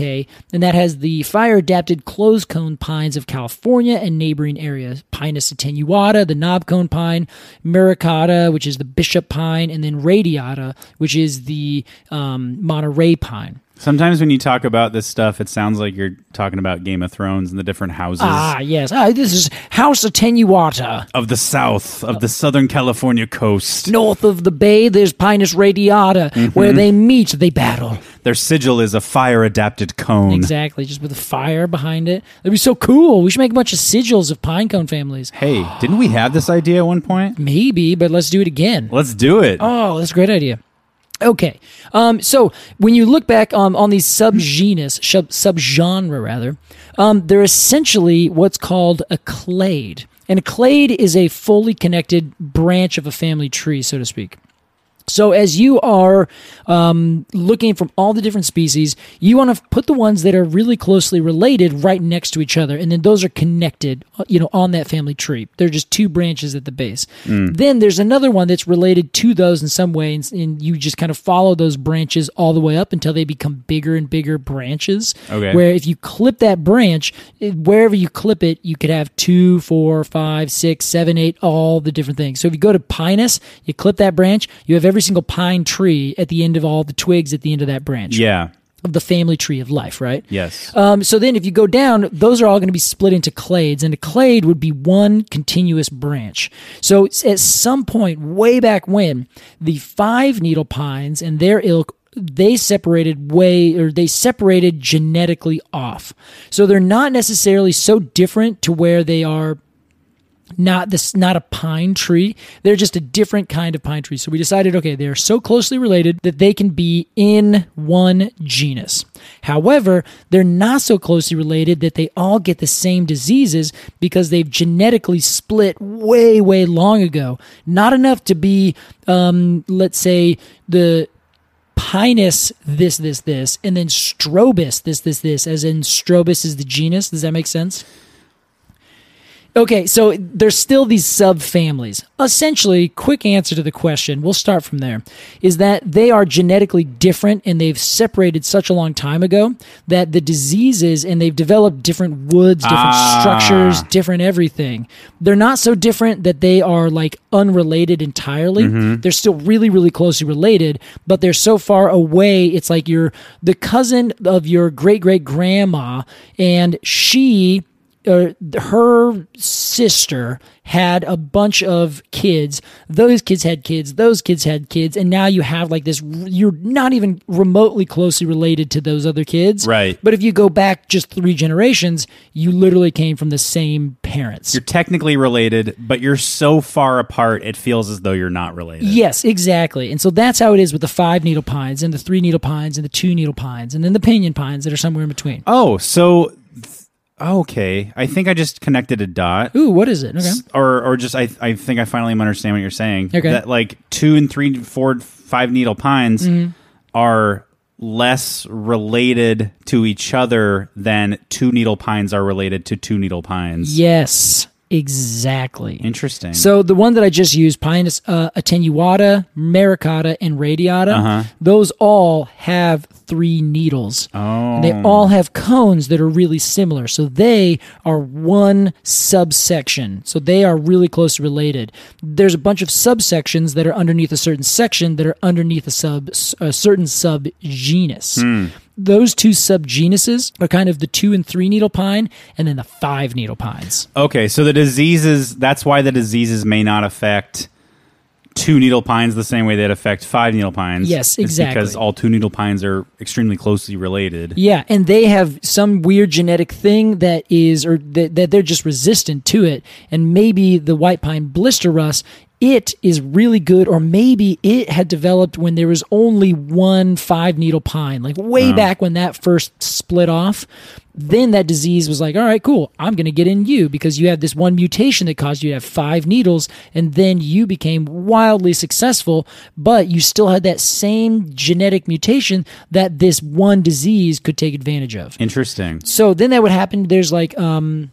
Speaker 2: and that has the fire adapted closed cone pines of California and neighboring areas. Pinus attenuata, the knob cone pine, muricata, which is the bishop pine, and then radiata, which is the um, Monterey pine.
Speaker 1: Sometimes when you talk about this stuff, it sounds like you're talking about Game of Thrones and the different houses
Speaker 2: Ah, yes. Ah, this is House attenuata.
Speaker 1: of the South, of the Southern California coast.
Speaker 2: North of the bay, there's Pinus radiata. Where they meet, they battle.
Speaker 1: Their sigil is a fire adapted cone.
Speaker 2: Exactly, just with a fire behind it. That'd be so cool. We should make a bunch of sigils of pine cone families.
Speaker 1: Hey, didn't we have this idea at one point?
Speaker 2: Maybe, but let's do it again.
Speaker 1: Let's do it.
Speaker 2: Oh, that's a great idea. Okay, um, so when you look back um, on these subgenus, sub, subgenre rather, um, they're essentially what's called a clade. And a clade is a fully connected branch of a family tree, so to speak. So as you are um, looking from all the different species, you want to put the ones that are really closely related right next to each other, and then those are connected, uh, you know, on that family tree. They're just two branches at the base. Then there's another one that's related to those in some way, and, and you just kind of follow those branches all the way up until they become bigger and bigger branches.
Speaker 1: Okay.
Speaker 2: Where if you clip that branch, it- wherever you clip it, you could have two, four, five, six, seven, eight, all the different things. So if you go to Pinus, you clip that branch, you have every single pine tree at the end of all the twigs at the end of that branch
Speaker 1: yeah.
Speaker 2: of the family tree of life, right?
Speaker 1: Yes.
Speaker 2: Um, so then, if you go down, those are all going to be split into clades, and a clade would be one continuous branch. So it's- at some point, way back when, the five needle pines and their ilk. They separated way, or they separated genetically off. So they're not necessarily so different to where they are not this not a pine tree they're just a different kind of pine tree so we decided okay they're so closely related that they can be in one genus however they're not so closely related that they all get the same diseases because they've genetically split way way long ago not enough to be um, let's say the Pinus, this, this, this, and then Strobus, this, this, this, as in Strobus is the genus. Does that make sense? Okay, so there's still these subfamilies. Essentially, quick answer to the question, we'll start from there, is that they are genetically different and they've separated such a long time ago that the diseases and they've developed different woods, different structures, different everything. They're not so different that they are like unrelated entirely. They're still really, really closely related, but they're so far away, it's like you're the cousin of your great great grandma and she or uh, her sister had a bunch of kids those kids had kids those kids had kids and now you have like this you're not even remotely closely related to those other kids
Speaker 1: Right.
Speaker 2: but if you go back just three generations you literally came from the same parents
Speaker 1: you're technically related, but you're so far apart, it feels as though you're not related.
Speaker 2: Yes, exactly. And so that's how it is with the five needle pines and the three needle pines and the two needle pines and then the pinion pines that are somewhere in between.
Speaker 1: Oh, so. th- okay. I think I just connected a dot.
Speaker 2: Ooh, what is it? Okay.
Speaker 1: or or just I I think I finally understand what you're saying.
Speaker 2: Okay.
Speaker 1: That like two and three, four, five needle pines
Speaker 2: Mm-hmm.
Speaker 1: are less related to each other than two needle pines are related to two needle pines.
Speaker 2: Yes, exactly.
Speaker 1: Interesting.
Speaker 2: So the one that I just used, Pinus uh, attenuata, maricata, and radiata, those all have three needles. Oh. And they all have cones that are really similar. So they are one subsection. So they are really close related. There's a bunch of subsections that are underneath a certain section that are underneath a sub a certain subgenus. Those two subgenuses are kind of the two and three needle pine, and then the five needle pines.
Speaker 1: okay, so the diseases that's why the diseases may not affect two needle pines the same way that affect five needle pines.
Speaker 2: Yes,
Speaker 1: It's Because
Speaker 2: exactly.
Speaker 1: all two needle pines are extremely closely related.
Speaker 2: Yeah, and they have some weird genetic thing that is, or that, that they're just resistant to it. And maybe the white pine blister rust, it is really good, or maybe it had developed when there was only one five needle pine, like way back when that first split off. Then that disease was like, all right, cool, I'm going to get in you because you had this one mutation that caused you to have five needles, and then you became wildly successful, but you still had that same genetic mutation that this one disease could take advantage of.
Speaker 1: Interesting.
Speaker 2: So then that would happen. There's like um,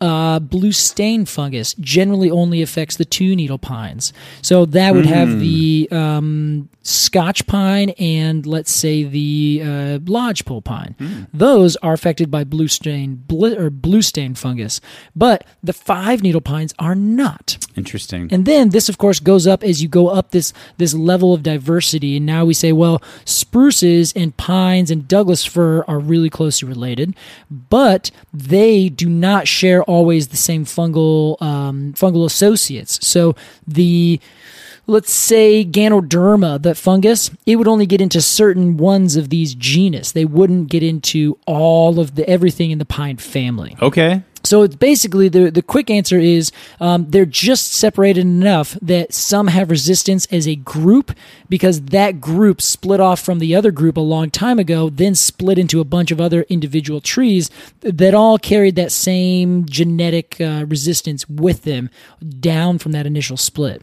Speaker 2: uh, blue stain fungus. Generally, only affects the two needle pines. So that would have the um, Scotch pine and let's say the uh, lodgepole pine. Those are affected by blue stain bl- or blue stain fungus, but the five needle pines are not.
Speaker 1: Interesting.
Speaker 2: And then this, of course, goes up as you go up this this level of diversity. And now we say, well, spruces and pines and Douglas fir are really closely related, but they do not share always the same fungal um, fungal associates. So the let's say Ganoderma, the fungus, it would only get into certain ones of these genus. They wouldn't get into all of the everything in the pine family.
Speaker 1: okay.
Speaker 2: So it's basically the the quick answer is um, they're just separated enough that some have resistance as a group because that group split off from the other group a long time ago, then split into a bunch of other individual trees that all carried that same genetic uh, resistance with them down from that initial split.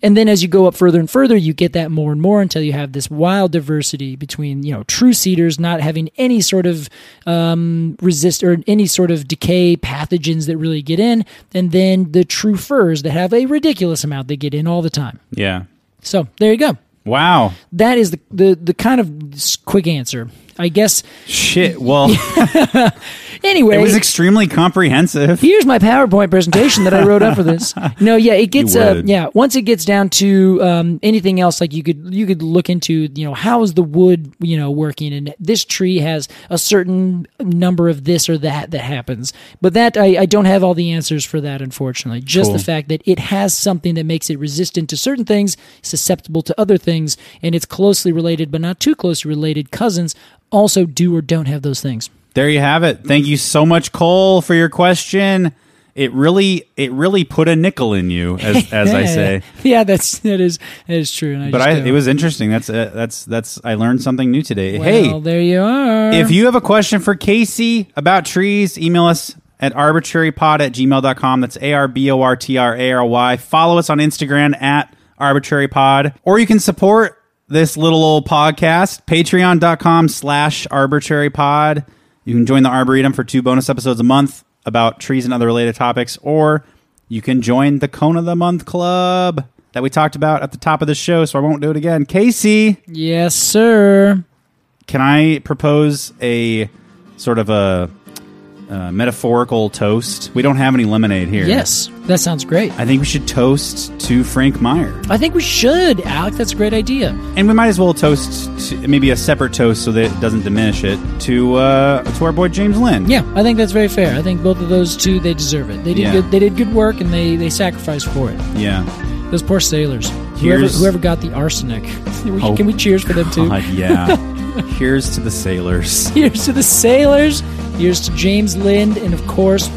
Speaker 2: And then as you go up further and further, you get that more and more until you have this wild diversity between, you know, true cedars not having any sort of um, resist or any sort of decay pathogens that really get in, and then the true firs that have a ridiculous amount that get in all the time.
Speaker 1: Yeah.
Speaker 2: So there you go.
Speaker 1: Wow.
Speaker 2: That is the the, the kind of s- quick answer, I guess.
Speaker 1: Shit. Well,
Speaker 2: Anyway,
Speaker 1: it was extremely comprehensive.
Speaker 2: here's my PowerPoint presentation that I wrote up for this. No, yeah, it gets
Speaker 1: You
Speaker 2: uh,
Speaker 1: would.
Speaker 2: yeah. Once it gets down to um, anything else, like you could you could look into you know how is the wood you know working, and this tree has a certain number of this or that that happens. But that I, I don't have all the answers for that, unfortunately. Just
Speaker 1: Cool.
Speaker 2: the fact that it has something that makes it resistant to certain things, susceptible to other things, and it's closely related but not too closely related cousins also do or don't have those things.
Speaker 1: There you have it. Thank you so much, Cole, for your question. It really, it really put a nickel in you, as, as I say.
Speaker 2: yeah, that's that is that is true. And I
Speaker 1: But
Speaker 2: just
Speaker 1: I,
Speaker 2: don't.
Speaker 1: it was interesting. That's uh, that's that's. I learned something new today.
Speaker 2: Well,
Speaker 1: hey,
Speaker 2: there you are.
Speaker 1: If you have a question for Casey about trees, email us at arbitrarypod at gmail.com. That's A R B O R T R A R Y. Follow us on Instagram at arbitrarypod. Or you can support this little old podcast, patreon.com slash arbitrarypod. You can join the Arboretum for two bonus episodes a month about trees and other related topics, or you can join the Cone of the Month Club that we talked about at the top of the show, so I won't do it again. Casey
Speaker 2: yes, sir.
Speaker 1: can I propose a sort of a, uh metaphorical toast? We don't have any lemonade here.
Speaker 2: Yes, that sounds great.
Speaker 1: I think we should toast to Frank Meyer.
Speaker 2: I think we should, Alec. That's a great idea.
Speaker 1: And we might as well toast to maybe a separate toast so that it doesn't diminish it to uh, to our boy James Lynn.
Speaker 2: Yeah, I think that's very fair. I think both of those two they deserve it. They did
Speaker 1: Yeah.
Speaker 2: good. They did good work, and they they sacrificed for it.
Speaker 1: Yeah.
Speaker 2: Those poor sailors. Whoever,
Speaker 1: Here's-
Speaker 2: whoever got the arsenic. Can we-
Speaker 1: Oh,
Speaker 2: Can we cheers for them too?
Speaker 1: God, yeah. Here's to the sailors.
Speaker 2: Here's to the sailors. Here's to James Lind, and of course,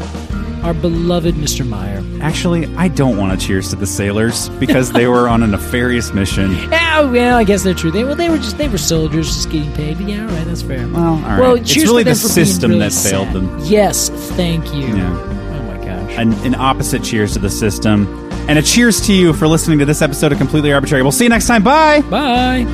Speaker 2: our beloved Mr. Meyer.
Speaker 1: Actually, I don't want to cheers to the sailors because they were on a nefarious mission.
Speaker 2: Oh, well, I guess they're true. They well, they were just they were soldiers just getting paid. But yeah, all right, that's fair.
Speaker 1: Well, all right. It's
Speaker 2: Oh. cheers
Speaker 1: really
Speaker 2: for them
Speaker 1: the
Speaker 2: for being
Speaker 1: system
Speaker 2: really
Speaker 1: that failed
Speaker 2: sad.
Speaker 1: them.
Speaker 2: Yes, thank you.
Speaker 1: Yeah.
Speaker 2: Oh my gosh.
Speaker 1: an, an opposite cheers to the system. And a cheers to you for listening to this episode of Completely Arbitrary. We'll see you next time. Bye.
Speaker 2: Bye.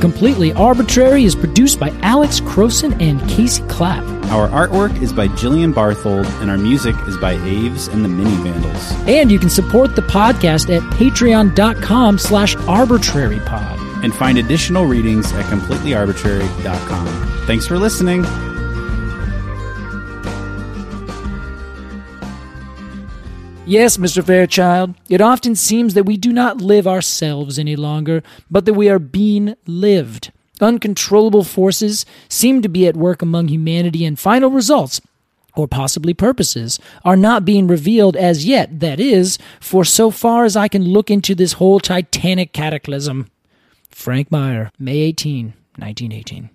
Speaker 2: Completely Arbitrary is produced by Alex Croson and Casey Clapp.
Speaker 1: Our artwork is by Jillian Barthold, and our music is by Aves and the Mini Vandals.
Speaker 2: And you can support the podcast at patreon.com slash arbitrarypod.
Speaker 1: And find additional readings at completelyarbitrary.com. Thanks for listening.
Speaker 2: Yes, Mr. Fairchild, it often seems that we do not live ourselves any longer, but that we are being lived. Uncontrollable forces seem to be at work among humanity, and final results or possibly purposes are not being revealed as yet. That is, for so far as I can look into this whole titanic cataclysm. Frank Meyer, May 18, 1918.